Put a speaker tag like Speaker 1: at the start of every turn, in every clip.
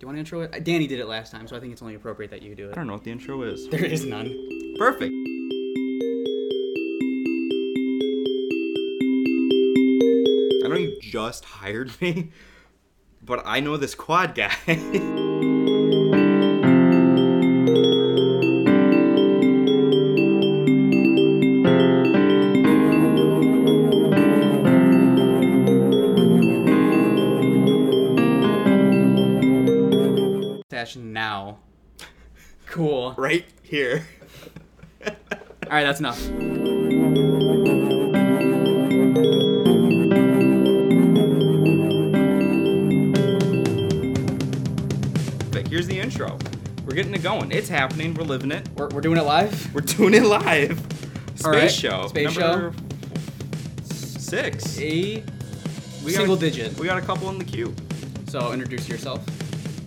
Speaker 1: you want to intro it? Danny did it last time, so I think it's only appropriate that you do
Speaker 2: I
Speaker 1: it.
Speaker 2: don't know what the intro is.
Speaker 1: There is none.
Speaker 2: Perfect. I know you just hired me, but I know this quad guy.
Speaker 1: Dash now. Cool. All
Speaker 2: right here.
Speaker 1: right, that's enough.
Speaker 2: Perfect. Here's the intro. We're getting it going. It's happening. We're living it.
Speaker 1: We're, we're doing it live.
Speaker 2: We're doing it live. Space
Speaker 1: All right.
Speaker 2: show.
Speaker 1: Space
Speaker 2: number Six.
Speaker 1: A
Speaker 2: We got
Speaker 1: single
Speaker 2: a-
Speaker 1: digit.
Speaker 2: We got a couple in the queue.
Speaker 1: So introduce yourself.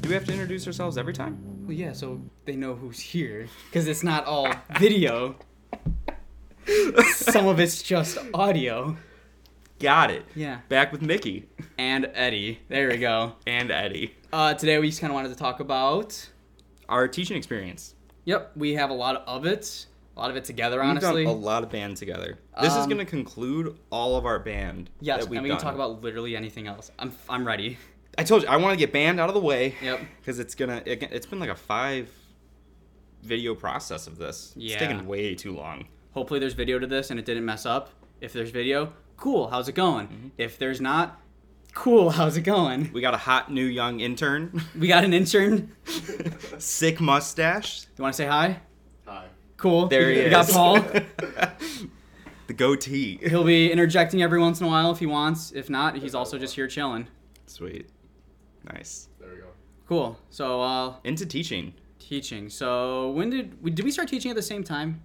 Speaker 2: Do we have to introduce ourselves every time?
Speaker 1: Well, yeah, so they know who's here because it's not all video. Some of it's just audio.
Speaker 2: Got it.
Speaker 1: Yeah.
Speaker 2: Back with Mickey
Speaker 1: And Eddie. There we go.
Speaker 2: and Eddie.
Speaker 1: Uh, today we just kind of wanted to talk about.
Speaker 2: Our teaching experience.
Speaker 1: Yep, we have a lot of it. A lot of it together, honestly.
Speaker 2: We've done a lot of band together. This is
Speaker 1: Um,
Speaker 2: going to conclude all of our band.
Speaker 1: yes,
Speaker 2: that
Speaker 1: and we
Speaker 2: we've
Speaker 1: can
Speaker 2: done.
Speaker 1: talk about literally anything else. I'm I'm ready.
Speaker 2: I told you I want to get band out of the way.
Speaker 1: Yep.
Speaker 2: Because it's gonna. It, it's been like a five video process of this.
Speaker 1: Yeah.
Speaker 2: It's taken way too long.
Speaker 1: Hopefully there's video to this and it didn't mess up. If there's video, cool. How's it going? If there's not, cool. How's it going?
Speaker 2: Mm-hmm. We got a hot new young intern,
Speaker 1: We got an intern.
Speaker 2: sick mustache.
Speaker 1: You want to say hi?
Speaker 3: Hi.
Speaker 1: Cool.
Speaker 2: There
Speaker 1: we,
Speaker 2: he
Speaker 1: we
Speaker 2: is.
Speaker 1: got Paul.
Speaker 2: the goatee.
Speaker 1: He'll be interjecting every once in a while if he wants. If not, he's also just here chilling.
Speaker 2: Sweet. Nice.
Speaker 3: There we go.
Speaker 1: Cool. So uh,
Speaker 2: Into teaching.
Speaker 1: teaching. So when did we did we start teaching at the same time?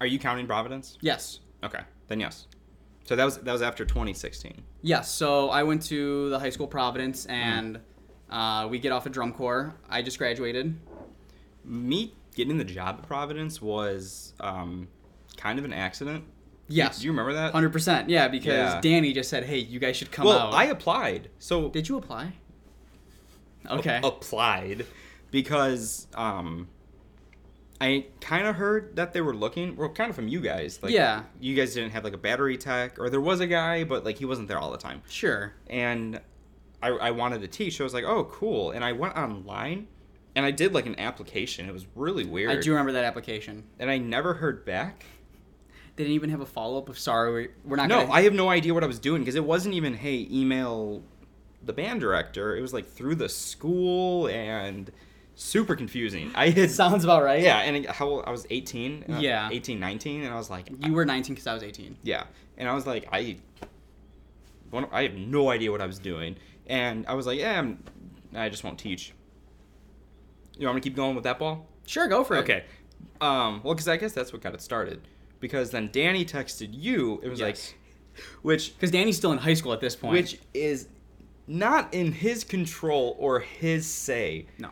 Speaker 2: Are you counting Providence?
Speaker 1: Yes.
Speaker 2: Okay, then yes. So that was that was after 2016.
Speaker 1: Yes. So I went to the high school Providence,
Speaker 2: Uh-huh.
Speaker 1: and uh, we get off a drum corps. I just graduated.
Speaker 2: me getting the job at Providence was um, kind of an accident.
Speaker 1: Yes.
Speaker 2: Do you remember that?
Speaker 1: Hundred percent. Yeah, because
Speaker 2: Yeah.
Speaker 1: Danny just said, "Hey, you guys should come
Speaker 2: well,
Speaker 1: out."
Speaker 2: I applied. So
Speaker 1: did you apply?
Speaker 2: Oh,
Speaker 1: Okay.
Speaker 2: applied because um, I kind of heard that they were looking. Well, kind of from you guys. Like,
Speaker 1: Yeah.
Speaker 2: You guys didn't have like a battery tech, or there was a guy, but like he wasn't there all the time.
Speaker 1: Sure.
Speaker 2: and I, I wanted to teach. So I was like, oh, cool. And I went online and I did like an application. It was really weird.
Speaker 1: I do remember that application.
Speaker 2: And I never heard back.
Speaker 1: They didn't even have a follow up of sorry, we- we're not.
Speaker 2: No,
Speaker 1: gonna...
Speaker 2: I have no idea what I was doing because it wasn't even, hey, email the band director. It was like through the school and super confusing. I had.
Speaker 1: Sounds about right.
Speaker 2: Yeah, and I- how old, I was 18. uh,
Speaker 1: Yeah.
Speaker 2: 18, 19. And I was like,
Speaker 1: You were 19 because I was 18.
Speaker 2: Yeah, and I was like, I, one, I have no idea what I was doing, and I was like, yeah, I'm, I just won't teach. You want me to keep going with that ball?
Speaker 1: Sure, go for it.
Speaker 2: Okay. Um, well, because I guess that's what got it started. Because then Danny texted you. It was
Speaker 1: Yes.
Speaker 2: like, which
Speaker 1: Because Danny's still in high school at this point.
Speaker 2: which is not in his control or his say
Speaker 1: No.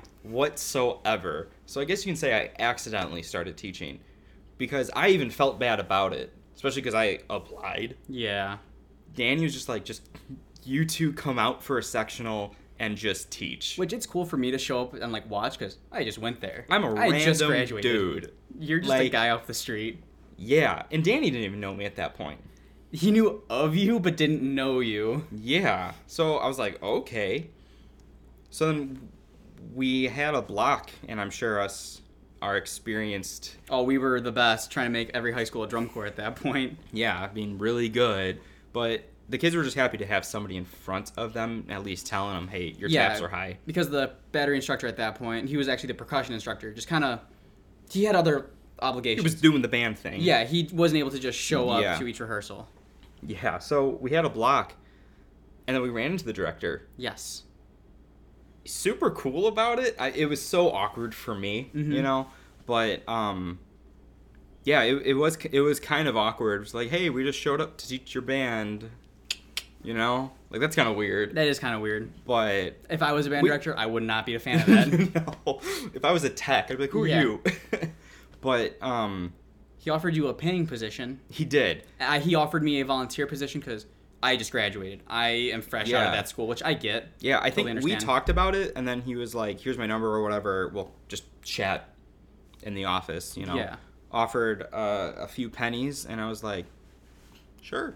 Speaker 2: whatsoever. So I guess you can say I accidentally started teaching because I even felt bad about it, especially because I applied.
Speaker 1: Yeah.
Speaker 2: Danny was just like, just you two come out for a sectional and just teach.
Speaker 1: Which it's cool for me to show up and like watch because I just went there.
Speaker 2: I'm a
Speaker 1: I
Speaker 2: random dude.
Speaker 1: You're just a
Speaker 2: Like-
Speaker 1: guy off the street.
Speaker 2: Yeah, and Danny didn't even know me at that point.
Speaker 1: He knew of you but didn't know you.
Speaker 2: Yeah, so I was like, okay. So then we had a block, and I'm sure us are experienced.
Speaker 1: Oh, we were the best trying to make every high school a drum corps at that point.
Speaker 2: Yeah, being really good, but the kids were just happy to have somebody in front of them, at least telling them, hey, your
Speaker 1: Yeah.
Speaker 2: taps are high.
Speaker 1: Because the battery instructor at that point, he was actually the percussion instructor. Just kind of, he had other
Speaker 2: He
Speaker 1: obligations.
Speaker 2: was doing the band thing.
Speaker 1: yeah, he wasn't able to just show up
Speaker 2: Yeah.
Speaker 1: to each rehearsal.
Speaker 2: Yeah, so we had a block, and then we ran into the director.
Speaker 1: Yes.
Speaker 2: super cool about it. I, it was so awkward for me,
Speaker 1: Mm-hmm.
Speaker 2: you know, but um, yeah, it, it was it was kind of awkward. It was like, hey, we just showed up to teach your band, you know, like that's kind of weird.
Speaker 1: That is kind of weird.
Speaker 2: But
Speaker 1: If I was a band
Speaker 2: We-
Speaker 1: director, I would not be a fan of that.
Speaker 2: no, if I was a tech, I'd be like, who are
Speaker 1: Yeah.
Speaker 2: you? but um,
Speaker 1: he offered you a paying position.
Speaker 2: he did.
Speaker 1: I, he offered me a volunteer position because I just graduated. I am fresh out
Speaker 2: Yeah.
Speaker 1: of that school, which I get.
Speaker 2: Yeah, I think
Speaker 1: Totally
Speaker 2: we
Speaker 1: understand.
Speaker 2: talked about it, and then he was like, "Here's my number or whatever. We'll just chat in the office." You know,
Speaker 1: Yeah.
Speaker 2: offered uh, a few pennies, and I was like, "Sure,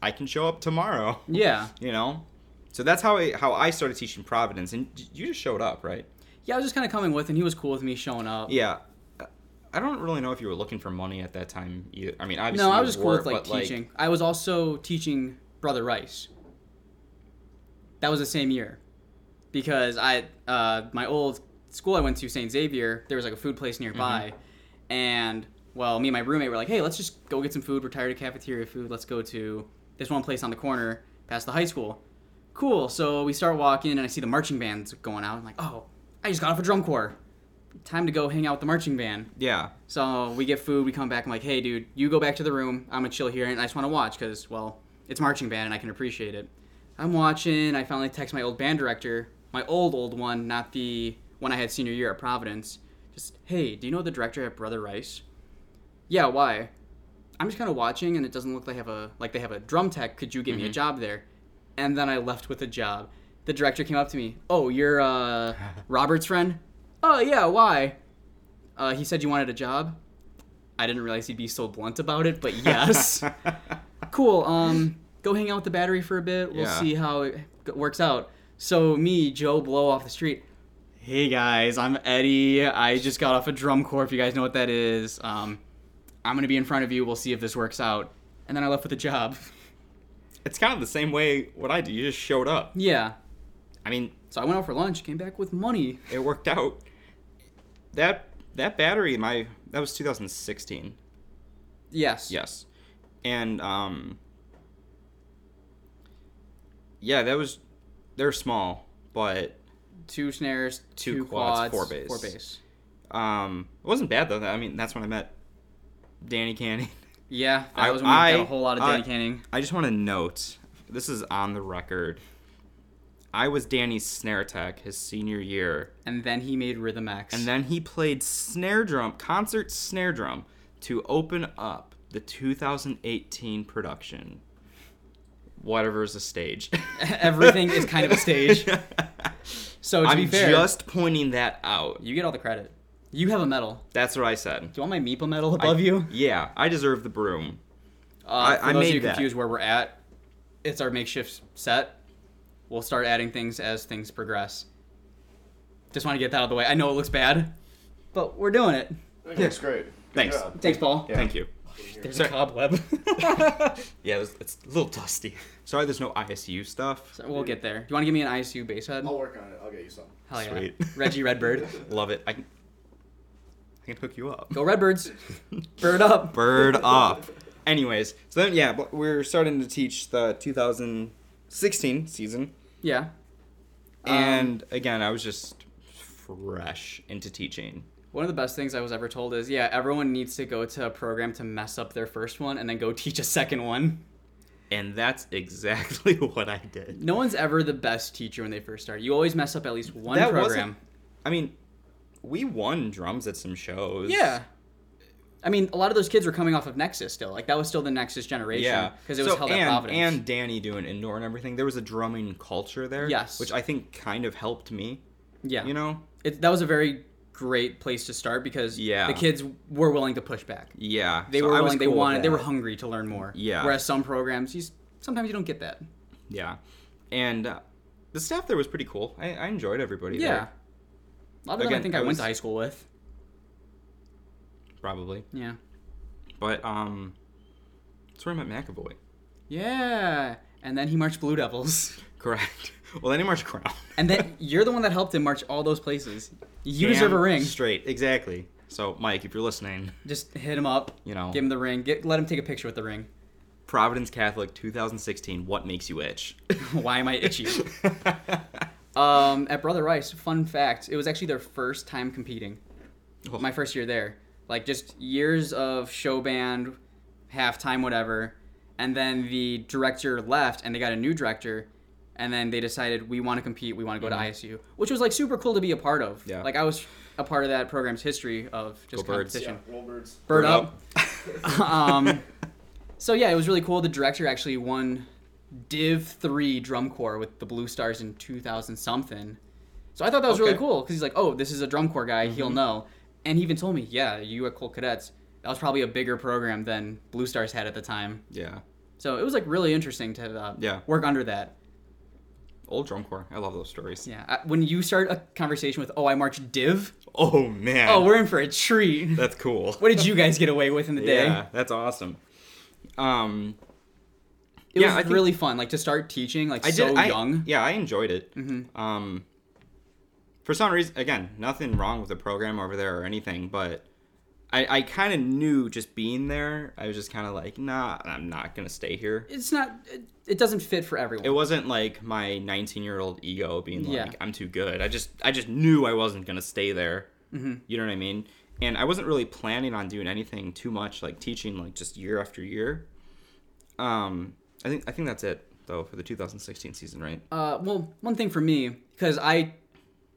Speaker 2: I can show up tomorrow."
Speaker 1: Yeah.
Speaker 2: You know, so that's how I how I started teaching Providence, and j- you just showed up, right?
Speaker 1: Yeah, I was just kind of coming with, and he was cool with me showing up.
Speaker 2: Yeah. Uh, I don't really know if you were looking for money at that time. Either. I mean, obviously,
Speaker 1: No, I
Speaker 2: you
Speaker 1: was just cool
Speaker 2: were,
Speaker 1: with like
Speaker 2: but, like,
Speaker 1: teaching. I was also teaching Brother Rice. That was the same year, because I uh, my old school I went to Saint Xavier. There was like a food place nearby,
Speaker 2: Mm-hmm.
Speaker 1: and well, me and my roommate were like, "Hey, let's just go get some food. We're tired of cafeteria food. Let's go to this one place on the corner past the high school." Cool. So we start walking, and I see the marching bands going out. I'm like, "Oh, I just got off a drum corps. Time to go hang out with the marching band."
Speaker 2: yeah,
Speaker 1: So we get food, we come back. I'm like, hey, dude, you go back to the room. I'm gonna chill here, and I just want to watch because, well, it's marching band, and I can appreciate it. I'm watching. I finally text my old band director, my old old one, not the one I had senior year at Providence. Just, hey, do you know the director at Brother Rice? Yeah, why? I'm just kind of watching, and it doesn't look like they have a like they have a drum tech. Could you give me a job there? And then I left with a job. The director came up to me. Oh, you're uh, Robert's friend. Oh yeah, why? Uh, he said you wanted a job. I didn't realize he'd be so blunt about it, but yes. cool. Um, go hang out with the battery for a bit. We'll
Speaker 2: Yeah.
Speaker 1: see how it g- works out. So me, Joe Blow off the street. Hey guys, I'm Eddie. I just got off a drum corps. If you guys know what that is, um, I'm gonna be in front of you. We'll see if this works out. And then I left with a job.
Speaker 2: it's kind of the same way what I did. You just showed up.
Speaker 1: yeah.
Speaker 2: I mean,
Speaker 1: So I went out for lunch, came back with money.
Speaker 2: it worked out. That that battery, my that was 2016.
Speaker 1: Yes.
Speaker 2: Yes, and um, yeah, that was they're small, but
Speaker 1: Two snares,
Speaker 2: Two
Speaker 1: two,
Speaker 2: quads,
Speaker 1: quads,
Speaker 2: four bass.
Speaker 1: Four bass.
Speaker 2: um, it wasn't bad though. I mean, that's when I met Danny Canning.
Speaker 1: Yeah, that
Speaker 2: I-
Speaker 1: was when we
Speaker 2: I-
Speaker 1: got a whole lot of Danny
Speaker 2: I-
Speaker 1: Canning.
Speaker 2: I just want to note this is on the record. I was Danny's snare tech his senior year,
Speaker 1: And then he made Rhythm X.
Speaker 2: and then he played snare drum, concert snare drum, to open up the 2018 production. Whatever is a stage.
Speaker 1: everything is kind of a stage. So to
Speaker 2: I'm
Speaker 1: be fair,
Speaker 2: just pointing that out.
Speaker 1: you get all the credit. You have a medal.
Speaker 2: That's what I said.
Speaker 1: Do you want my Meeple medal above you?
Speaker 2: Yeah, I deserve the broom.
Speaker 1: Uh, I,
Speaker 2: I
Speaker 1: for those
Speaker 2: made
Speaker 1: of you
Speaker 2: that.
Speaker 1: confused where we're at, it's our makeshift set. We'll start adding things as things progress. Just want to get that out of the way. I know it looks bad, but we're doing it.
Speaker 3: Okay, That's great. Good
Speaker 2: Thanks.
Speaker 3: job.
Speaker 1: Thanks, Paul.
Speaker 3: Yeah.
Speaker 2: Thank you.
Speaker 1: There's
Speaker 2: Sir.
Speaker 1: a cobweb.
Speaker 2: Yeah, it was- it's a little dusty. Sorry, there's no ISU stuff.
Speaker 1: So we'll get there. Do you want to give me an ISU base head?
Speaker 3: I'll work on it. I'll get you some.
Speaker 1: Hell yeah.
Speaker 2: Sweet.
Speaker 1: Reggie Redbird.
Speaker 2: Love it. I can, I can hook you up.
Speaker 1: Go Redbirds. Bird up.
Speaker 2: Bird up. Anyways, so then yeah, but we're starting to teach the 2016 season,
Speaker 1: Yeah. Um,
Speaker 2: and again, I was just fresh into teaching.
Speaker 1: One of the best things I was ever told is, yeah, everyone needs to go to a program to mess up their first one and then go teach a second one.
Speaker 2: And that's exactly what I did.
Speaker 1: No one's ever the best teacher when they first start. You always mess up at least one
Speaker 2: That
Speaker 1: program.
Speaker 2: wasn't- I mean, we won drums at some shows.
Speaker 1: Yeah. I mean, a lot of those kids were coming off of Nexus still. Like that was still the Nexus generation.
Speaker 2: Yeah.
Speaker 1: Because it was
Speaker 2: So,
Speaker 1: held
Speaker 2: and,
Speaker 1: at Providence.
Speaker 2: And Danny doing indoor and everything. There was a drumming culture there.
Speaker 1: Yes.
Speaker 2: Which I think kind of helped me.
Speaker 1: yeah.
Speaker 2: You know?
Speaker 1: it, that was a very great place to start because
Speaker 2: Yeah.
Speaker 1: the kids were willing to push back.
Speaker 2: Yeah.
Speaker 1: They
Speaker 2: so
Speaker 1: were
Speaker 2: I was
Speaker 1: willing. They
Speaker 2: cool with
Speaker 1: wanted. They
Speaker 2: that.
Speaker 1: were hungry to learn more.
Speaker 2: Yeah.
Speaker 1: Whereas some programs, you s- sometimes you don't get that.
Speaker 2: Yeah. And uh, the staff there was pretty cool. I, I enjoyed everybody
Speaker 1: Yeah.
Speaker 2: there.
Speaker 1: A lot of them
Speaker 2: Again,
Speaker 1: I think
Speaker 2: it
Speaker 1: I went
Speaker 2: was-
Speaker 1: to high school with.
Speaker 2: Probably.
Speaker 1: Yeah.
Speaker 2: But, um, that's where I met McAvoy.
Speaker 1: Yeah. And then he marched Blue Devils.
Speaker 2: Correct. Well, then he marched Crown.
Speaker 1: And then you're the one that helped him march all those places. You deserve a
Speaker 2: Damn
Speaker 1: ring.
Speaker 2: Straight. Exactly. So, Mike, if you're listening,
Speaker 1: Just hit him up.
Speaker 2: You know.
Speaker 1: Give him the ring. Get, let him take a picture with the ring.
Speaker 2: Providence Catholic 2016, what makes you itch?
Speaker 1: Why am I itchy? um, at Brother Rice, fun fact, it was actually their first time competing.
Speaker 2: Oh.
Speaker 1: My first year there. Like just years of show band, halftime, whatever. And then the director left and they got a new director. And then they decided we want to compete, we want to go to ISU, which was like super cool to be a part of.
Speaker 2: Mm-hmm. Yeah.
Speaker 1: Like I was a part of that program's history of just
Speaker 2: Go Birds.
Speaker 1: competition.
Speaker 3: Yeah, roll birds.
Speaker 1: Bird,
Speaker 2: Bird
Speaker 1: up. um, So yeah, it was really cool. The director actually won Div Three Drum Corps with the Blue Stars in 2000 something. So I thought that was really
Speaker 2: Okay. Mm-hmm.
Speaker 1: cool because he's like, oh, this is a drum corps guy. He'll know. And he even told me, yeah, you at Colt Cadets, that was probably a bigger program than Blue Stars had at the time.
Speaker 2: Yeah.
Speaker 1: So it was like really interesting to uh,
Speaker 2: Yeah.
Speaker 1: work under that.
Speaker 2: Old drum corps. I love those stories.
Speaker 1: Yeah. I, when you start a conversation with, oh, I marched Div,
Speaker 2: Oh man.
Speaker 1: oh, we're in for a treat.
Speaker 2: that's cool.
Speaker 1: what did you guys get away with in the day?
Speaker 2: Yeah, that's awesome. Um,
Speaker 1: It
Speaker 2: Yeah, I
Speaker 1: was
Speaker 2: think-
Speaker 1: really fun. Like to start teaching, like
Speaker 2: I
Speaker 1: so
Speaker 2: did. I,
Speaker 1: young. Mm-hmm.
Speaker 2: Yeah, I enjoyed it. Um, for some reason, again, nothing wrong with the program over there or anything, but I, I kind of knew just being there. I was just kind of like, nah, I'm not gonna stay here.
Speaker 1: It's not. It, it doesn't fit for everyone.
Speaker 2: It wasn't like my 19 year old ego being like,
Speaker 1: Yeah.
Speaker 2: I'm too good. I just I just knew I wasn't gonna stay there. Mm-hmm. You know what I mean? And I wasn't really planning on doing anything too much, like teaching, like just year after year. Um, I think I think that's it though for the 2016 season, right?
Speaker 1: uh, well, one thing for me because I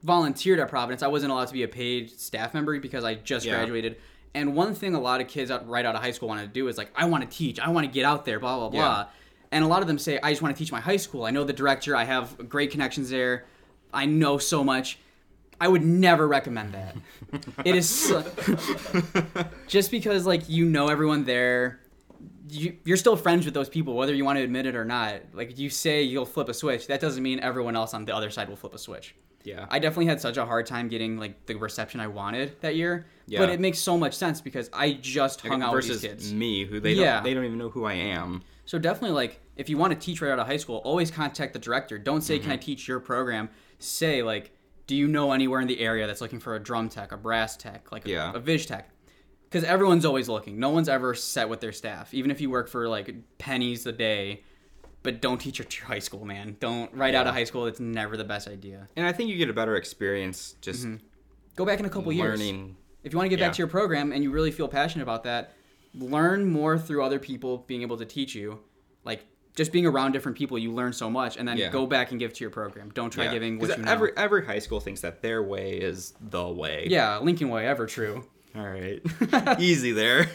Speaker 1: volunteered at Providence, I wasn't allowed to be a paid staff member because I just
Speaker 2: Yeah.
Speaker 1: graduated. And one thing a lot of kids out right out of high school want to do is like, I want to teach, I want to get out there, blah blah
Speaker 2: Yeah.
Speaker 1: blah. And a lot of them say, I just want to teach my high school. I know the director, I have great connections there, I know so much. I would never recommend that. it is so- just because like you know everyone there you, you're still friends with those people whether you want to admit it or not like you say you'll flip a switch that doesn't mean everyone else on the other side will flip a switch
Speaker 2: Yeah.
Speaker 1: i definitely had such a hard time getting like the reception i wanted that year
Speaker 2: Yeah.
Speaker 1: but it makes so much sense because i just hung out with these
Speaker 2: versus
Speaker 1: kids
Speaker 2: me, who they
Speaker 1: Yeah.
Speaker 2: don't, they don't even know who I am.
Speaker 1: so definitely like if you want to teach right out of high school always contact the director don't say
Speaker 2: Mm-hmm.
Speaker 1: can i teach your program say like do you know anywhere in the area that's looking for a drum tech a brass tech like a,
Speaker 2: Yeah.
Speaker 1: a vis tech because everyone's always looking no one's ever set with their staff even if you work for like pennies a day but don't teach at your high school man don't right out of high school it's never the best idea
Speaker 2: And I think you get a better experience just
Speaker 1: Mm-hmm. go back in a couple years
Speaker 2: learning.
Speaker 1: if you want to get
Speaker 2: Yeah.
Speaker 1: back to your program and you really feel passionate about that, learn more through other people being able to teach you. Like just being around different people, you learn so much, and then
Speaker 2: Yeah.
Speaker 1: go back and give to your program. Don't try
Speaker 2: Yeah.
Speaker 1: giving
Speaker 2: 'Cause
Speaker 1: what you know.
Speaker 2: every every high school thinks that their way is the way.
Speaker 1: yeah, Lincoln Way, ever true.
Speaker 2: All right. Easy there.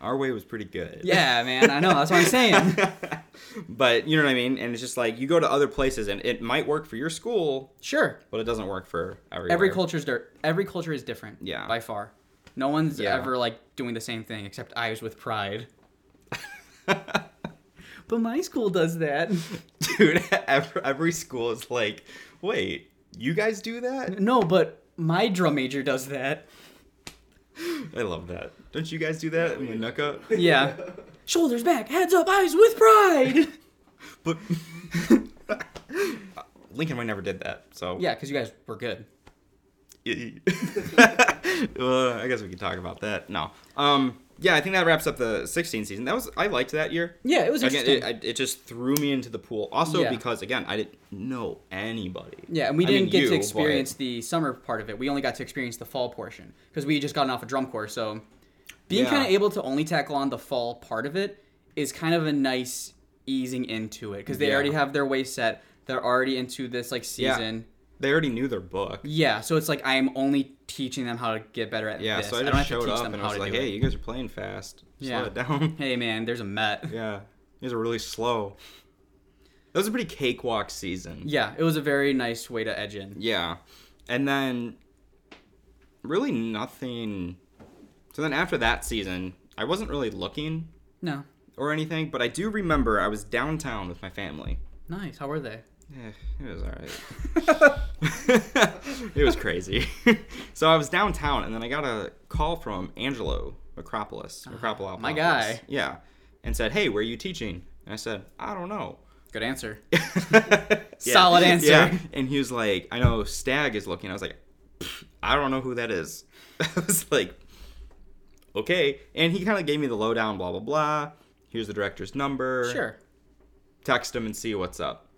Speaker 2: Our way was pretty good.
Speaker 1: Yeah, man, I know. That's what I'm saying.
Speaker 2: But you know what I mean? And it's just like you go to other places and it might work for your school,
Speaker 1: Sure,
Speaker 2: but it doesn't work for everywhere.
Speaker 1: every culture's dirt. Every culture is different.
Speaker 2: Yeah.
Speaker 1: by far. No one's
Speaker 2: Yeah.
Speaker 1: ever like doing the same thing except I was with pride. but my school does that.
Speaker 2: Dude, every, every school is like, wait, you guys do that?
Speaker 1: No, but my drum major does that.
Speaker 2: I love that. Don't you guys do that in Winooka?
Speaker 1: Yeah. Shoulders back, heads up, eyes with pride.
Speaker 2: But Lincoln Way never did that, so
Speaker 1: yeah, because you guys were good.
Speaker 2: Uh, I guess we could talk about that. No, um, yeah, I think that wraps up the 16 season. That was I liked that year.
Speaker 1: Yeah, it was
Speaker 2: Again,
Speaker 1: interesting.
Speaker 2: it, I- it just threw me into the pool. Also
Speaker 1: Yeah.
Speaker 2: because again, I didn't know anybody.
Speaker 1: yeah, and we
Speaker 2: I
Speaker 1: didn't
Speaker 2: mean,
Speaker 1: get
Speaker 2: you,
Speaker 1: to
Speaker 2: but-
Speaker 1: experience the summer part of it. We only got to experience the fall portion because we had just gotten off a drum corps. So being
Speaker 2: Yeah.
Speaker 1: kind of able to only tackle on the fall part of it is kind of a nice easing into it because they
Speaker 2: Yeah.
Speaker 1: already have their way set. They're already into this like season.
Speaker 2: They already knew their book. Yeah,
Speaker 1: Yeah, so it's like I am only teaching them how to get better at this.
Speaker 2: so I
Speaker 1: I don't
Speaker 2: just
Speaker 1: have to
Speaker 2: showed
Speaker 1: teach
Speaker 2: up
Speaker 1: them
Speaker 2: and I
Speaker 1: how
Speaker 2: was
Speaker 1: to
Speaker 2: like,
Speaker 1: do
Speaker 2: "Hey,
Speaker 1: it.
Speaker 2: you guys are playing fast.
Speaker 1: Yeah.
Speaker 2: Slow it down."
Speaker 1: Hey man, there's a Met.
Speaker 2: yeah, you guys are really slow. That was a pretty cakewalk season.
Speaker 1: Yeah, it was a very nice way to edge in.
Speaker 2: Yeah. And then really nothing. So then after that season, I wasn't really looking
Speaker 1: No.
Speaker 2: or anything, but I do remember I was downtown with my family.
Speaker 1: Nice. How were they?
Speaker 2: Eh, it was all right. it was crazy. so I was downtown, and then I got a call from Angelo Acropolis. Acropolis.
Speaker 1: Ah, my guy.
Speaker 2: Yeah. And said, hey, where are you teaching? And I said, I don't know.
Speaker 1: Good answer.
Speaker 2: Yeah.
Speaker 1: Solid answer.
Speaker 2: And he was like, I know Stag is looking. I was like, "Pfft, I don't know who that is. I was like, okay. And he kind of gave me the lowdown, blah, blah, blah. Here's the director's number.
Speaker 1: Sure.
Speaker 2: Text him and see what's up.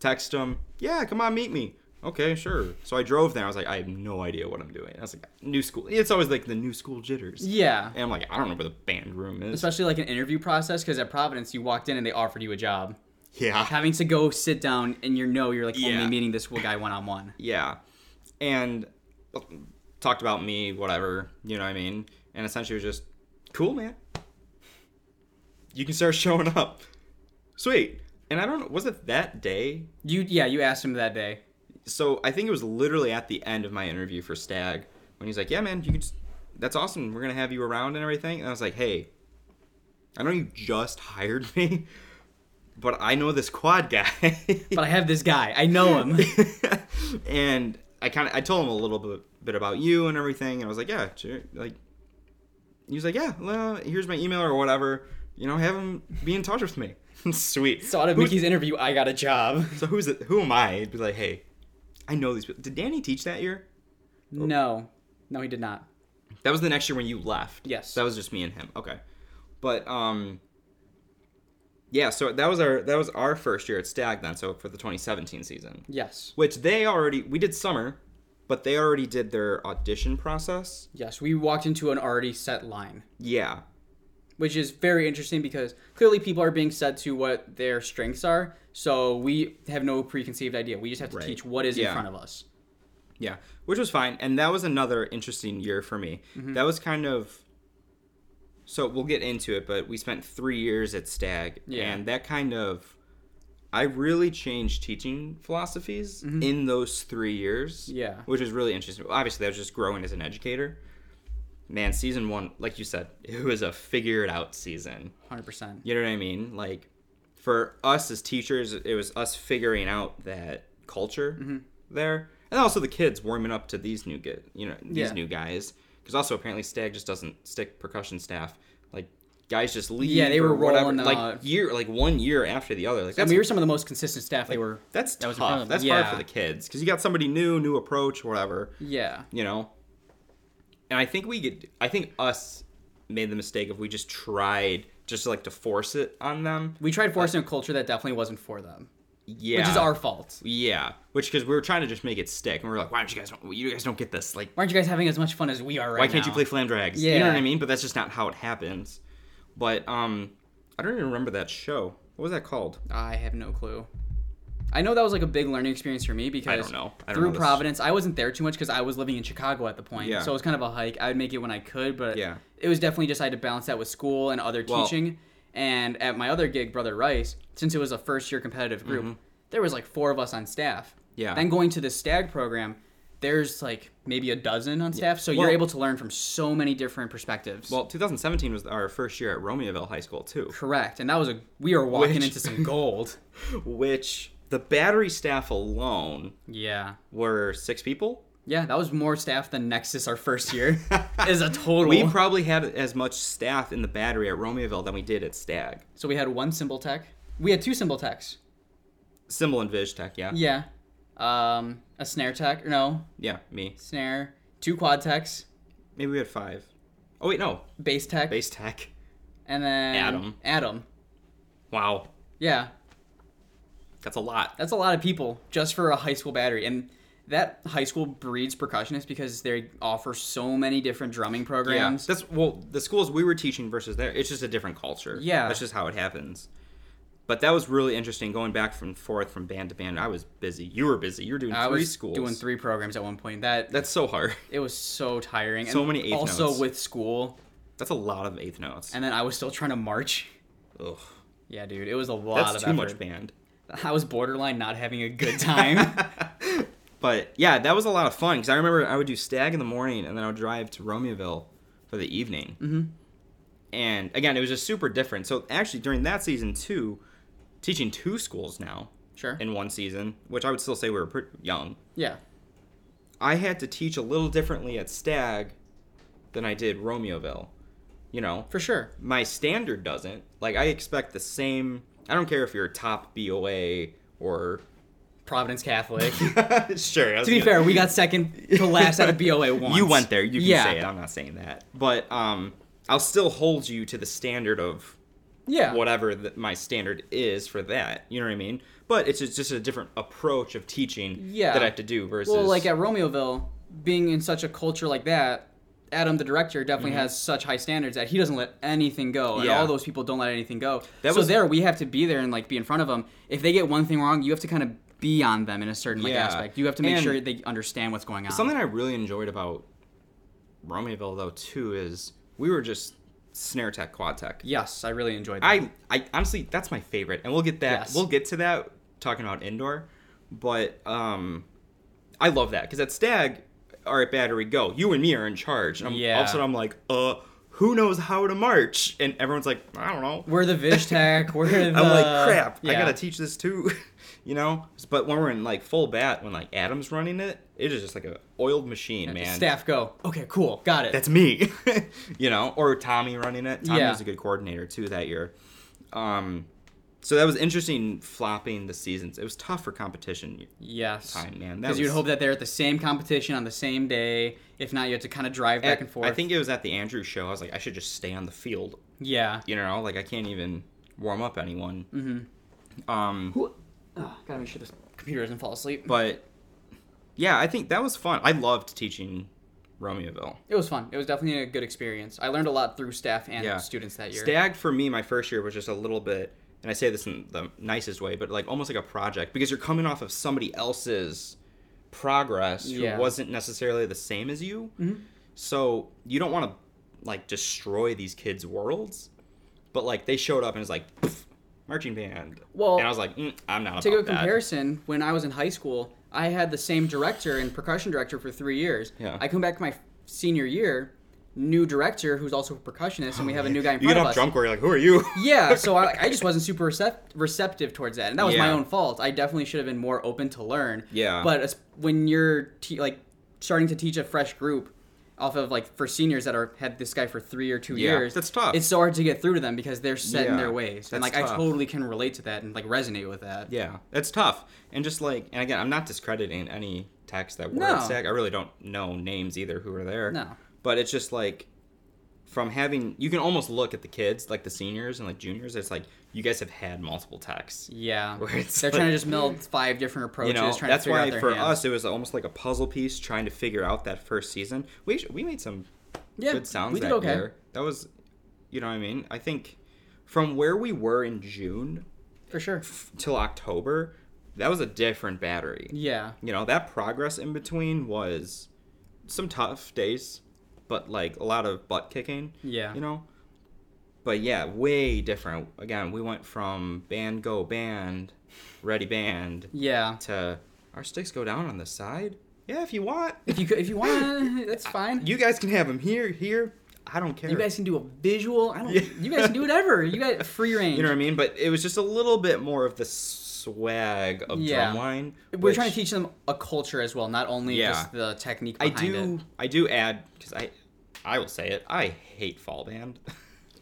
Speaker 2: Text him, yeah, come on, meet me. Okay, sure. So I drove there. I was like, I have no idea what I'm doing. I was like, new school. It's always like the new school jitters.
Speaker 1: Yeah.
Speaker 2: And I'm like, I don't know where the band room is.
Speaker 1: Especially like an interview process, because at Providence you walked in and they offered you a job.
Speaker 2: yeah.
Speaker 1: Having to go sit down and you know you're like only
Speaker 2: Yeah.
Speaker 1: meeting this one guy one on one.
Speaker 2: Yeah. And uh, talked about me, whatever, you know what I mean? And essentially was just, cool, man. you can start showing up. Sweet. And I don't know, was it that day?
Speaker 1: You yeah, you asked him that day.
Speaker 2: So I think it was literally at the end of my interview for Stag when he's like, "Yeah, man, you can just, that's awesome. We're gonna have you around and everything." And I was like, "Hey, I know you just hired me, but I know this quad guy."
Speaker 1: But I have this guy. I know him.
Speaker 2: and I kind of I told him a little bit, bit about you and everything, and I was like, yeah, sure. like he was like, yeah, well, here's my email or whatever. You know, have him be in touch with me. Sweet.
Speaker 1: so out of
Speaker 2: Who's-
Speaker 1: Mickey's interview, I got a job.
Speaker 2: So who's it, who am I? It'd be like, hey, I know these people. Did Danny teach that year?
Speaker 1: No, no, he did not.
Speaker 2: That was the next year when you left.
Speaker 1: Yes.
Speaker 2: That was just me and him. Okay. But um yeah, so that was our that was our first year at Stag then, so for the 2017 season.
Speaker 1: Yes,
Speaker 2: Which they already we did summer, but they already did their audition process.
Speaker 1: yes, we walked into an already set line,
Speaker 2: Yeah.
Speaker 1: which is very interesting because clearly people are being set to what their strengths are. So we have no preconceived idea. We just have to
Speaker 2: Right.
Speaker 1: teach what is
Speaker 2: Yeah.
Speaker 1: in front of us.
Speaker 2: Yeah. Which was fine. And that was another interesting year for me.
Speaker 1: Mm-hmm.
Speaker 2: That was kind of so we'll get into it, but we spent three years at Stag
Speaker 1: Yeah.
Speaker 2: and that kind of I really changed teaching philosophies in those three years.
Speaker 1: Mm-hmm. Yeah.
Speaker 2: Which is really interesting. Obviously, I was just growing as an educator. Man, season one, like you said, it was a figure it out season.
Speaker 1: Hundred percent.
Speaker 2: You know what I mean? Like for us as teachers, it was us figuring out that culture
Speaker 1: Mm-hmm.
Speaker 2: there, and also the kids warming up to these new get you know these
Speaker 1: Yeah.
Speaker 2: new guys. Because also apparently Stag just doesn't stick percussion staff. Like guys just leave.
Speaker 1: Yeah, they
Speaker 2: or
Speaker 1: were
Speaker 2: whatever.
Speaker 1: rolling
Speaker 2: like
Speaker 1: out.
Speaker 2: year like one year after the other. Like
Speaker 1: And
Speaker 2: that's
Speaker 1: we were some of the most consistent staff. They were.
Speaker 2: that's
Speaker 1: that was a
Speaker 2: tough.
Speaker 1: problem.
Speaker 2: That's hard
Speaker 1: Yeah.
Speaker 2: for the kids because you got somebody new, new approach, whatever
Speaker 1: Yeah.
Speaker 2: you know and i think we could i think us made the mistake of we just tried just like to force it on them
Speaker 1: We tried forcing a culture that definitely wasn't for them,
Speaker 2: yeah
Speaker 1: which is our fault.
Speaker 2: yeah which because we were trying to just make it stick and we were like why don't you guys don't you guys don't get this like
Speaker 1: Why aren't you guys having as much fun as we are right
Speaker 2: why can't you
Speaker 1: now?
Speaker 2: play flam drags you know
Speaker 1: Yeah.
Speaker 2: what i mean but that's just not how it happens but um i don't even remember that show what was that called
Speaker 1: I have no clue. I know that was like a big learning experience for me because
Speaker 2: I don't know. I don't
Speaker 1: through
Speaker 2: know this.
Speaker 1: Providence, I wasn't there too much because I was living in Chicago at the point.
Speaker 2: Yeah.
Speaker 1: So it was kind of a hike. I would make it when I could, but
Speaker 2: Yeah.
Speaker 1: it was definitely just I had to balance that with school and other
Speaker 2: Well-
Speaker 1: teaching. And at my other gig, Brother Rice, since it was a first year competitive group, there was like four of us on staff.
Speaker 2: Mm-hmm. Yeah.
Speaker 1: Then going to the STAG program, there's like maybe a dozen on staff. So
Speaker 2: Well-
Speaker 1: you're able to learn from so many different perspectives.
Speaker 2: well 2017 was our first year at romeoville high school too
Speaker 1: Correct. And that was a we are walking
Speaker 2: Which-
Speaker 1: into some gold.
Speaker 2: which the battery staff alone
Speaker 1: yeah.
Speaker 2: were six people
Speaker 1: Yeah, that was more staff than Nexus our first year. is a total.
Speaker 2: We probably had as much staff in the battery at Romeoville than we did at Stag.
Speaker 1: so we had one symbol tech. We had two symbol techs.
Speaker 2: Symbol and Viz Tech, yeah.
Speaker 1: Yeah. Um, a snare tech. Or no,
Speaker 2: Yeah, me.
Speaker 1: snare. Two quad techs.
Speaker 2: Maybe we had five. Oh, wait, no.
Speaker 1: Bass tech.
Speaker 2: Bass Tech.
Speaker 1: And then
Speaker 2: Adam.
Speaker 1: Adam.
Speaker 2: Wow.
Speaker 1: Yeah,
Speaker 2: That's a lot.
Speaker 1: that's a lot of people just for a high school battery. And that high school breeds percussionists because they offer so many different drumming
Speaker 2: Yeah.
Speaker 1: programs.
Speaker 2: That's, well, the schools we were teaching versus there, it's just a different culture.
Speaker 1: Yeah.
Speaker 2: That's just how it happens. But that was really interesting going back and forth from band to band. I was busy. You were busy. You were doing
Speaker 1: I
Speaker 2: three
Speaker 1: was
Speaker 2: schools.
Speaker 1: doing three programs at one point. That
Speaker 2: That's so hard.
Speaker 1: it was so tiring.
Speaker 2: So
Speaker 1: and
Speaker 2: many eighth
Speaker 1: Also
Speaker 2: notes.
Speaker 1: with school,
Speaker 2: That's a lot of eighth notes.
Speaker 1: and then I was still trying to march.
Speaker 2: Ugh.
Speaker 1: Yeah, dude, it was a lot
Speaker 2: That's
Speaker 1: of
Speaker 2: too much
Speaker 1: effort.
Speaker 2: band.
Speaker 1: I was borderline not having a good time.
Speaker 2: But yeah, that was a lot of fun because I remember I would do stag in the morning and then I would drive to Romeoville for the evening. Mm-hmm. And again, it was just super different. So actually, during that season too, teaching two schools now
Speaker 1: sure.
Speaker 2: in one season, which I would still say we were pretty young.
Speaker 1: yeah.
Speaker 2: I had to teach a little differently at stag than I did Romeoville. You know,
Speaker 1: For sure.
Speaker 2: my standard doesn't. Like I expect the same. I don't care if you're a top BOA or.
Speaker 1: Providence Catholic. to
Speaker 2: sure. To
Speaker 1: be fair, we got second to last out of BOA once.
Speaker 2: You went there. You can
Speaker 1: yeah.
Speaker 2: say it. I'm not saying that. But um, I'll still hold you to the standard of
Speaker 1: Yeah.
Speaker 2: whatever that my standard is for that. You know what I mean? But it's just, just a different approach of teaching
Speaker 1: Yeah.
Speaker 2: that I have to do versus.
Speaker 1: Well, like at Romeoville, being in such a culture like that, Adam, the director, definitely has such high standards that he doesn't let anything go, and
Speaker 2: Mm-hmm. Yeah.
Speaker 1: all those people don't let anything go.
Speaker 2: That
Speaker 1: so
Speaker 2: was-
Speaker 1: there, we have to be there and like be in front of them. If they get one thing wrong, you have to kind of be on them in a certain like
Speaker 2: Yeah.
Speaker 1: aspect. You have to make
Speaker 2: And-
Speaker 1: sure they understand what's going on.
Speaker 2: something I really enjoyed about Romeoville though too is we were just snare tech, quad tech.
Speaker 1: Yes, I really enjoyed that.
Speaker 2: I, I honestly that's my favorite, and we'll get that.
Speaker 1: Yes.
Speaker 2: We'll get to that talking about indoor, but um, I love that because at Stag or at Battery Go, you and me are in charge, and I'm, all
Speaker 1: Yeah.
Speaker 2: of a sudden I'm like, uh, who knows how to march? And everyone's like, I don't know.
Speaker 1: we're the Vish Tech. We're the.
Speaker 2: I'm like, crap, I
Speaker 1: yeah.
Speaker 2: gotta teach this too, you know. But when we're in like full bat, when like Adam's running it, it is just like a oiled machine, man.
Speaker 1: Staff go. Okay, cool. Got it.
Speaker 2: That's me, you know. Or Tommy running it. Tommy
Speaker 1: Yeah.
Speaker 2: was a good coordinator too that year. Um, so that was interesting flopping the seasons. It was tough for competition.
Speaker 1: yes.
Speaker 2: Time, man. That
Speaker 1: Because you'd
Speaker 2: was-
Speaker 1: hope that they're at the same competition on the same day. If not, you have to kind of drive back
Speaker 2: At-
Speaker 1: and forth.
Speaker 2: I think it was at the Andrew show. I was like, I should just stay on the field.
Speaker 1: Yeah.
Speaker 2: You know, like I can't even warm up anyone. Mm-hmm. Um,
Speaker 1: Who? Oh, gotta make sure this computer doesn't fall asleep.
Speaker 2: but yeah, I think that was fun. I loved teaching Romeoville.
Speaker 1: It was fun. It was definitely a good experience. I learned a lot through staff and
Speaker 2: Yeah.
Speaker 1: students that year.
Speaker 2: Stag for me, my first year was just a little bit, and I say this in the nicest way, but like almost like a project because you're coming off of somebody else's progress who
Speaker 1: Yeah. Mm-hmm.
Speaker 2: wasn't necessarily the same as you. So you don't want to like destroy these kids' worlds, but like they showed up and it's like "Pff, marching band.
Speaker 1: Well,
Speaker 2: and I was like, mm, I'm not
Speaker 1: to give a
Speaker 2: about that.
Speaker 1: comparison, when I was in high school, I had the same director and percussion director for three years.
Speaker 2: Yeah.
Speaker 1: I come back my senior year, new director who's also a percussionist, and we have a new guy in
Speaker 2: Oh, you
Speaker 1: front
Speaker 2: get
Speaker 1: of
Speaker 2: off
Speaker 1: us.
Speaker 2: drunk where you're like, who are you?
Speaker 1: Yeah, so I, I just wasn't super recept- receptive towards that, and that was my
Speaker 2: Yeah.
Speaker 1: own fault. I definitely should have been more open to learn.
Speaker 2: Yeah.
Speaker 1: But as, when you're te- like starting to teach a fresh group off of like for seniors that are had this guy for three or two
Speaker 2: Yeah,
Speaker 1: years,
Speaker 2: that's tough.
Speaker 1: It's so hard to get through to them because they're set in
Speaker 2: Yeah,
Speaker 1: their ways, and like
Speaker 2: that's
Speaker 1: I
Speaker 2: tough.
Speaker 1: totally can relate to that and like resonate with that.
Speaker 2: Yeah, that's tough. And just like, and again, I'm not discrediting any techs that were
Speaker 1: No.
Speaker 2: at SAG. I really don't know names either who were there.
Speaker 1: No.
Speaker 2: But it's just like, from having, you can almost look at the kids, like the seniors and like juniors. It's like, you guys have had multiple techs.
Speaker 1: Yeah,
Speaker 2: Where it's
Speaker 1: they're trying to
Speaker 2: like-
Speaker 1: just meld five different
Speaker 2: You
Speaker 1: approaches.
Speaker 2: know,
Speaker 1: trying
Speaker 2: that's
Speaker 1: to figure
Speaker 2: why
Speaker 1: out their
Speaker 2: for
Speaker 1: hands.
Speaker 2: us it was almost like a puzzle piece trying to figure out that first season. We sh- we made some
Speaker 1: yeah,
Speaker 2: good sounds
Speaker 1: we did
Speaker 2: that
Speaker 1: okay.
Speaker 2: year. That was, you know what I mean? I think from where we were in June
Speaker 1: for sure.
Speaker 2: till October, that was a different battery.
Speaker 1: Yeah,
Speaker 2: you know that progress in between was some tough days but like a lot of butt kicking
Speaker 1: Yeah.
Speaker 2: you know but yeah way different again we went from band go band ready band
Speaker 1: yeah.
Speaker 2: to our sticks go down on the side yeah if you want
Speaker 1: If you could, if you want, that's fine.
Speaker 2: you guys can have them here here i don't care
Speaker 1: You guys can do a visual. I don't.
Speaker 2: Yeah.
Speaker 1: You guys can do whatever. You got free range.
Speaker 2: you know what i mean but it was just a little bit more of the swag of
Speaker 1: Yeah.
Speaker 2: drumline
Speaker 1: We're trying
Speaker 2: which-
Speaker 1: to teach them a culture as well, not only
Speaker 2: Yeah.
Speaker 1: just the technique.
Speaker 2: I
Speaker 1: Behind
Speaker 2: do.
Speaker 1: It.
Speaker 2: I do add because I, I will say it. I hate fall band.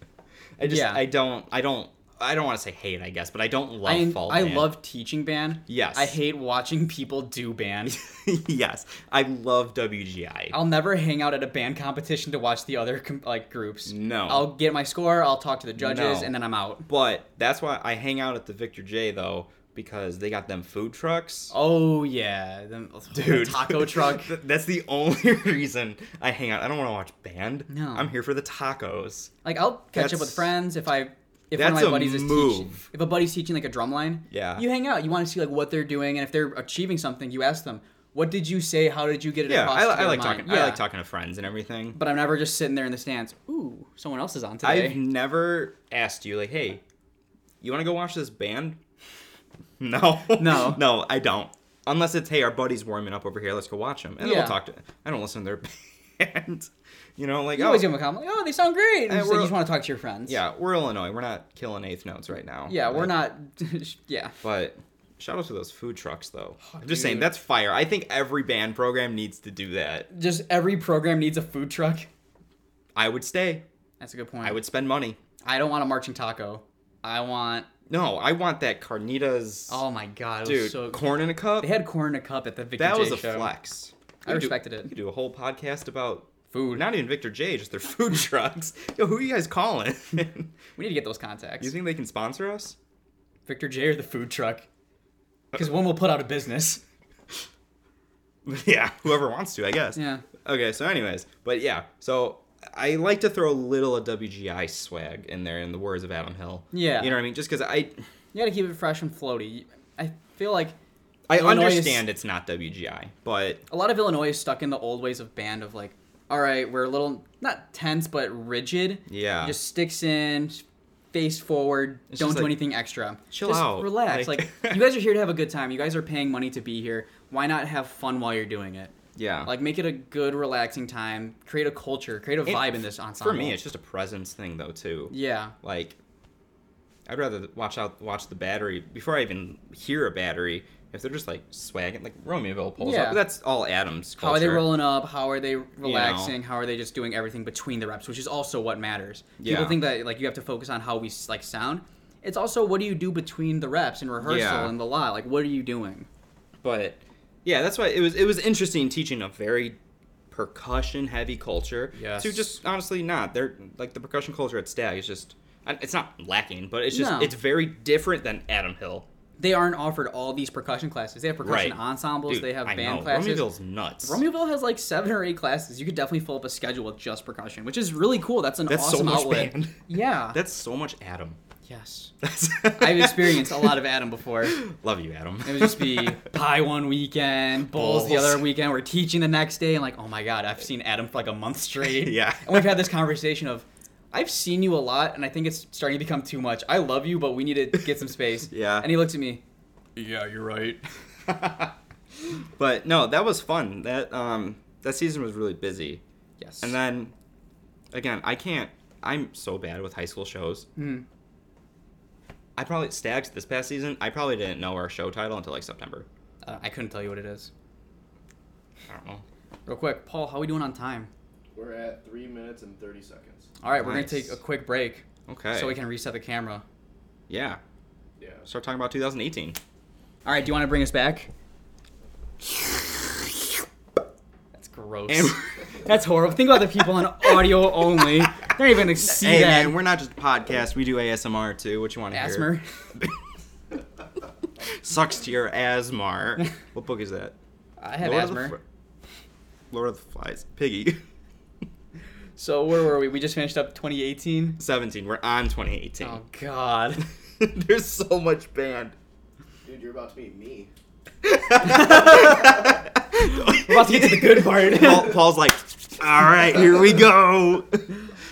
Speaker 2: I just.
Speaker 1: Yeah.
Speaker 2: I don't. I don't. I don't want to say hate. I guess, but I don't love
Speaker 1: I,
Speaker 2: fall.
Speaker 1: I
Speaker 2: band.
Speaker 1: love teaching band.
Speaker 2: Yes.
Speaker 1: I hate watching people do band.
Speaker 2: yes, I love WGI.
Speaker 1: I'll never hang out at a band competition to watch the other com- like groups.
Speaker 2: No.
Speaker 1: I'll get my score. I'll talk to the judges,
Speaker 2: No.
Speaker 1: and then I'm out.
Speaker 2: but that's why I hang out at the Victor J though because they got them food trucks.
Speaker 1: Oh yeah, the,
Speaker 2: Dude,
Speaker 1: taco truck.
Speaker 2: th- That's the only reason I hang out. I don't want to watch band.
Speaker 1: No.
Speaker 2: I'm here for the tacos.
Speaker 1: Like I'll catch up
Speaker 2: That's-
Speaker 1: with friends if I if one of
Speaker 2: that's
Speaker 1: my
Speaker 2: a
Speaker 1: buddies is teaching
Speaker 2: move.
Speaker 1: if a buddy's teaching like a drum line,
Speaker 2: Yeah.
Speaker 1: you hang out. You want to see like what they're doing and if they're achieving something, you ask them, "What did you say? How did you get it
Speaker 2: Yeah,
Speaker 1: across?"
Speaker 2: I,
Speaker 1: to
Speaker 2: I
Speaker 1: their
Speaker 2: like
Speaker 1: mind?"
Speaker 2: talking.
Speaker 1: Yeah.
Speaker 2: I like talking to friends and everything.
Speaker 1: But I'm never just sitting there in the stands. Ooh, someone else is on today.
Speaker 2: I've never asked you like, hey, you want to go watch this band? No,
Speaker 1: No.
Speaker 2: no, I don't. Unless it's hey, our buddy's warming up over here. Let's go watch him, and then
Speaker 1: Yeah.
Speaker 2: we'll talk to. I don't listen to their band. You know, like
Speaker 1: you
Speaker 2: oh,
Speaker 1: always give them a comment. Like, oh, they sound great. And
Speaker 2: Hey,
Speaker 1: it's like, you
Speaker 2: we're-
Speaker 1: just want to talk to your friends.
Speaker 2: yeah, we're Illinois. We're not killing eighth notes right now.
Speaker 1: Yeah, we're
Speaker 2: Like,
Speaker 1: not. yeah.
Speaker 2: But shout out to those food trucks, though. I'm just
Speaker 1: Oh,
Speaker 2: saying
Speaker 1: dude.
Speaker 2: that's fire. I think every band program needs to do that.
Speaker 1: Just every program needs a food truck.
Speaker 2: I would stay.
Speaker 1: That's a good point.
Speaker 2: I would spend money.
Speaker 1: I don't want a marching taco. I want.
Speaker 2: No, I want that carnitas.
Speaker 1: Oh my god, it
Speaker 2: dude,
Speaker 1: was so.
Speaker 2: corn in a cup.
Speaker 1: they had corn in a cup at the Victor
Speaker 2: That
Speaker 1: J
Speaker 2: was a
Speaker 1: show.
Speaker 2: flex.
Speaker 1: I
Speaker 2: We could do-
Speaker 1: respected it.
Speaker 2: We could do a whole podcast about
Speaker 1: Food.
Speaker 2: not even Victor J, just their food trucks. Yo, who are you guys calling? you
Speaker 1: We need to get those contacts.
Speaker 2: think they can sponsor us?
Speaker 1: Victor J or the food truck? Because one will put out of business.
Speaker 2: yeah, whoever wants to, I guess.
Speaker 1: Yeah.
Speaker 2: Okay, so anyways, but yeah, so I like to throw a little of WGI swag in there, in the words of Adam Hill.
Speaker 1: Yeah.
Speaker 2: You know what I mean? Just because I,
Speaker 1: You gotta keep it fresh and floaty. I feel like
Speaker 2: I
Speaker 1: Illinois is-
Speaker 2: understand it's not WGI, but
Speaker 1: a lot of Illinois is stuck in the old ways of band of like, all right, we're a little not tense but rigid.
Speaker 2: Yeah.
Speaker 1: Just sticks in, face forward.
Speaker 2: It's
Speaker 1: don't
Speaker 2: just
Speaker 1: do
Speaker 2: like,
Speaker 1: anything extra.
Speaker 2: chill
Speaker 1: just
Speaker 2: out,
Speaker 1: Relax. Like,
Speaker 2: like-
Speaker 1: you guys are here to have a good time. You guys are paying money to be here. Why not have fun while you're doing it?
Speaker 2: yeah.
Speaker 1: Like make it a good, relaxing time. Create a culture. Create a
Speaker 2: And
Speaker 1: vibe in this
Speaker 2: f-
Speaker 1: ensemble.
Speaker 2: For me, it's just a presence thing though too.
Speaker 1: yeah.
Speaker 2: Like, I'd rather watch out, watch the battery before I even hear a battery. If they're just like swagging, like Romeoville pulls
Speaker 1: Yeah.
Speaker 2: up, that's all Adams. Culture.
Speaker 1: How are they rolling up? How are they relaxing? How are they just doing everything between the reps, which is also what matters. People
Speaker 2: Yeah.
Speaker 1: think that like you have to focus on how we s- like sound. It's also what do you do between the reps and rehearsal
Speaker 2: Yeah.
Speaker 1: and the lot? Like what are you doing?
Speaker 2: But yeah, that's why it was. It was interesting teaching a very percussion heavy culture
Speaker 1: Yes.
Speaker 2: to just honestly not. They're like the percussion culture at Stag is just. I- It's not lacking, but it's just
Speaker 1: No.
Speaker 2: it's very different than Adam Hill.
Speaker 1: They aren't offered all these percussion classes. They have percussion
Speaker 2: Right.
Speaker 1: ensembles.
Speaker 2: Dude,
Speaker 1: they have
Speaker 2: I
Speaker 1: band
Speaker 2: know.
Speaker 1: classes.
Speaker 2: Romeoville's nuts.
Speaker 1: Romeoville has like seven or eight classes. You could definitely fill up a schedule with just percussion, which is really cool. That's an
Speaker 2: That's so
Speaker 1: awesome
Speaker 2: much
Speaker 1: outlet.
Speaker 2: band.
Speaker 1: Yeah.
Speaker 2: That's so much Adam.
Speaker 1: yes.
Speaker 2: That's
Speaker 1: I've experienced a lot of Adam before. It
Speaker 2: Love you, Adam.
Speaker 1: would just be pie one weekend, bowls the
Speaker 2: Bowls.
Speaker 1: other weekend. We're teaching the next day, and like, oh my god, I've seen Adam for like a month straight.
Speaker 2: Yeah.
Speaker 1: And we've had this conversation of, I've seen you a lot, and I think it's starting to become too much. I love you, but we need to get some space.
Speaker 2: Yeah.
Speaker 1: And he looks at me. Yeah, you're right.
Speaker 2: but no, that was fun. That um that season was really busy.
Speaker 1: Yes.
Speaker 2: And then again, I can't I'm so bad with high school shows.
Speaker 1: Mhm.
Speaker 2: I probably Stags this past season, I probably didn't know our show title until like September.
Speaker 1: Uh, I couldn't tell you what it is.
Speaker 2: I don't know.
Speaker 1: Real quick, Paul, how we doing on time?
Speaker 3: We're at three minutes and thirty seconds.
Speaker 1: All right, we're gonna
Speaker 2: Nice.
Speaker 1: take a quick break
Speaker 2: Okay.
Speaker 1: so we can reset the camera.
Speaker 2: Yeah.
Speaker 3: Yeah.
Speaker 2: Start talking about 2018.
Speaker 1: All right, do you want to bring us back? That's gross.
Speaker 2: And
Speaker 1: That's horrible. Think about the people on audio only. They're even gonna see
Speaker 2: Hey
Speaker 1: that.
Speaker 2: man, we're not just a podcast, we do ASMR too. What you want to hear?
Speaker 1: Asmer.
Speaker 2: Sucks to your asmar. what book is that?
Speaker 1: I have
Speaker 2: Lord of the
Speaker 1: asthma.
Speaker 2: Fr- Lord of the Flies. Piggy.
Speaker 1: So where were we? We just finished up 2018.
Speaker 2: 17. We're on 2018.
Speaker 1: Oh God.
Speaker 2: There's so much band.
Speaker 3: Dude, you're about to meet me.
Speaker 1: about to get to the good part.
Speaker 2: Paul, Paul's like, all right, here we go.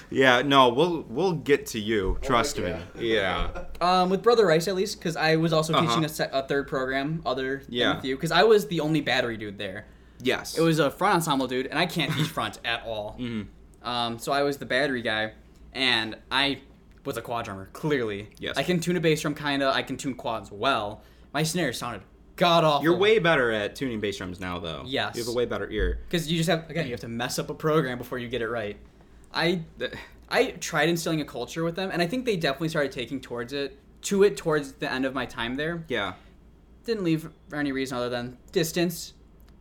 Speaker 2: Yeah, no, we'll we'll get to you.
Speaker 1: Oh,
Speaker 2: Trust me.
Speaker 3: yeah.
Speaker 2: Yeah.
Speaker 1: Um, with Brother Rice at least, because I was also
Speaker 2: Uh-huh.
Speaker 1: teaching a, se- a third program other
Speaker 2: Yeah.
Speaker 1: than with you, because I was the only battery dude there.
Speaker 2: Yes.
Speaker 1: It was a front ensemble dude, and I can't teach front at all.
Speaker 2: Mhm.
Speaker 1: Um, so I was the battery guy, and I was a quad drummer. Clearly,
Speaker 2: Yes.
Speaker 1: I can tune a bass drum kinda. I can tune quads well. My snare sounded god awful.
Speaker 2: You're way better at tuning bass drums now, though.
Speaker 1: Yes.
Speaker 2: You have a way better ear.
Speaker 1: because you just have again you have to mess up a program before you get it right. I I tried instilling a culture with them, and I think they definitely started taking towards it to it towards the end of my time there.
Speaker 2: Yeah.
Speaker 1: Didn't leave for any reason other than distance.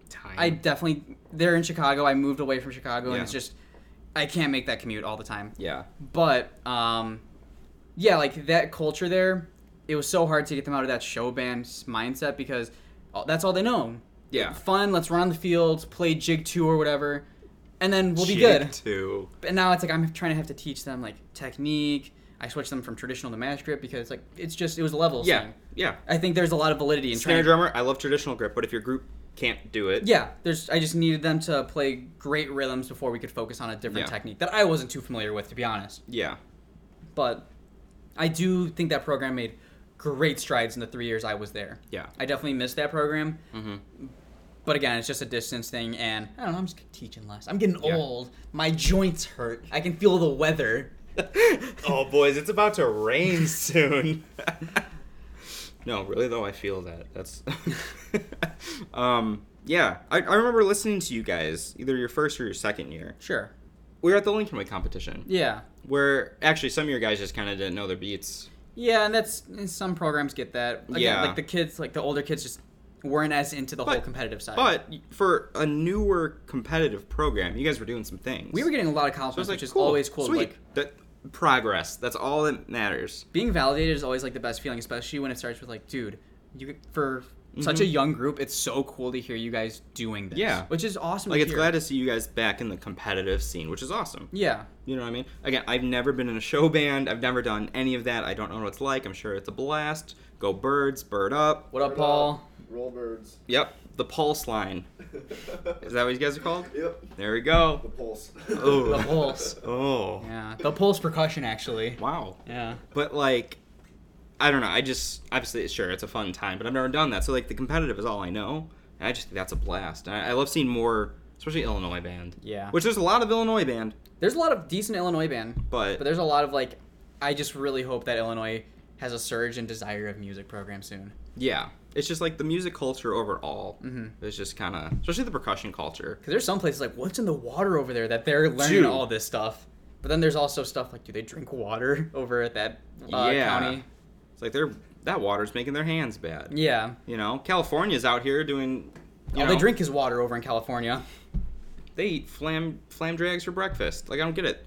Speaker 2: Time.
Speaker 1: I definitely they're in Chicago. I moved away from Chicago, and
Speaker 2: Yeah.
Speaker 1: it's just I can't make that commute all the time.
Speaker 2: yeah.
Speaker 1: But um, yeah, like that culture there, it was so hard to get them out of that show band s- mindset because all- that's all they know.
Speaker 2: Yeah.
Speaker 1: Fun, let's run on the field, play jig two or whatever, and then we'll be
Speaker 2: Jig
Speaker 1: good.
Speaker 2: Too.
Speaker 1: But now it's like I'm trying to have to teach them like technique. I switched them from traditional to match grip because like it's just it was a level
Speaker 2: Yeah.
Speaker 1: thing.
Speaker 2: Yeah.
Speaker 1: I think there's a lot of validity in
Speaker 2: Snare
Speaker 1: trying.
Speaker 2: drummer, I love traditional grip, but if your group can't do it,
Speaker 1: yeah, there's. I just needed them to play great rhythms before we could focus on a different
Speaker 2: Yeah.
Speaker 1: technique that I wasn't too familiar with, to be honest.
Speaker 2: yeah,
Speaker 1: but I do think that program made great strides in the three years I was there.
Speaker 2: yeah,
Speaker 1: I definitely missed that program,
Speaker 2: hmm
Speaker 1: but again, it's just a distance thing, and I don't know. I'm just teaching less. I'm getting
Speaker 2: Yeah.
Speaker 1: old. My joints hurt. I can feel the weather.
Speaker 2: oh, boys, it's about to rain soon. no, really though, I feel that. That's. um. Yeah, I, I remember listening to you guys, either your first or your second year.
Speaker 1: Sure.
Speaker 2: We were at the Lincoln Way competition,
Speaker 1: Yeah.
Speaker 2: where actually some of your guys just kind of didn't know their beats.
Speaker 1: Yeah, and that's and some programs get that. Again,
Speaker 2: Yeah.
Speaker 1: Like the kids, like the older kids, just weren't as into the whole
Speaker 2: But-
Speaker 1: competitive side.
Speaker 2: But for a newer competitive program, you guys were doing some things.
Speaker 1: we were getting a lot of compliments, which is always cool.
Speaker 2: Sweet.
Speaker 1: Like
Speaker 2: that progress. That's all that matters.
Speaker 1: being validated is always like the best feeling, especially when it starts with like, dude, you for Such a young group. It's so cool to hear you guys doing this.
Speaker 2: Mm-hmm. Yeah.
Speaker 1: Which is awesome.
Speaker 2: Like
Speaker 1: to
Speaker 2: it's
Speaker 1: hear.
Speaker 2: glad to see you guys back in the competitive scene, which is awesome.
Speaker 1: Yeah.
Speaker 2: You know what I mean? Again, I've never been in a show band. I've never done any of that. I don't know what it's like. I'm sure it's a blast. Go birds, bird up.
Speaker 1: What up, Paul?
Speaker 3: Roll birds.
Speaker 2: Yep, the pulse line. Is that what you guys are called?
Speaker 3: Yep.
Speaker 2: There we go.
Speaker 3: The pulse.
Speaker 2: Oh.
Speaker 1: The Pulse.
Speaker 2: Oh.
Speaker 1: Yeah. The Pulse percussion actually.
Speaker 2: Wow.
Speaker 1: Yeah.
Speaker 2: But like, I don't know. I just obviously sure it's a fun time, but I've never done that. So like the competitive is all I know, and I just think that's a blast. And I, I love seeing more, especially Illinois band.
Speaker 1: Yeah.
Speaker 2: Which there's a lot of Illinois band,
Speaker 1: There's a lot of decent Illinois band,
Speaker 2: but,
Speaker 1: but there's a lot of like I just really hope that Illinois has a surge in desire of music program soon.
Speaker 2: yeah, it's just like the music culture overall.
Speaker 1: Mhm.
Speaker 2: It's just kind of especially the percussion culture.
Speaker 1: Cuz there's some places like what's in the water over there that they're learning
Speaker 2: Dude.
Speaker 1: all this stuff. But then there's also stuff like do they drink water over at that uh,
Speaker 2: Yeah.
Speaker 1: county?
Speaker 2: It's like they're that water's making their hands bad.
Speaker 1: Yeah.
Speaker 2: You know, California's out here doing. You
Speaker 1: All
Speaker 2: know,
Speaker 1: they drink is water over in California.
Speaker 2: They eat flam flam drags for breakfast. Like I don't get it.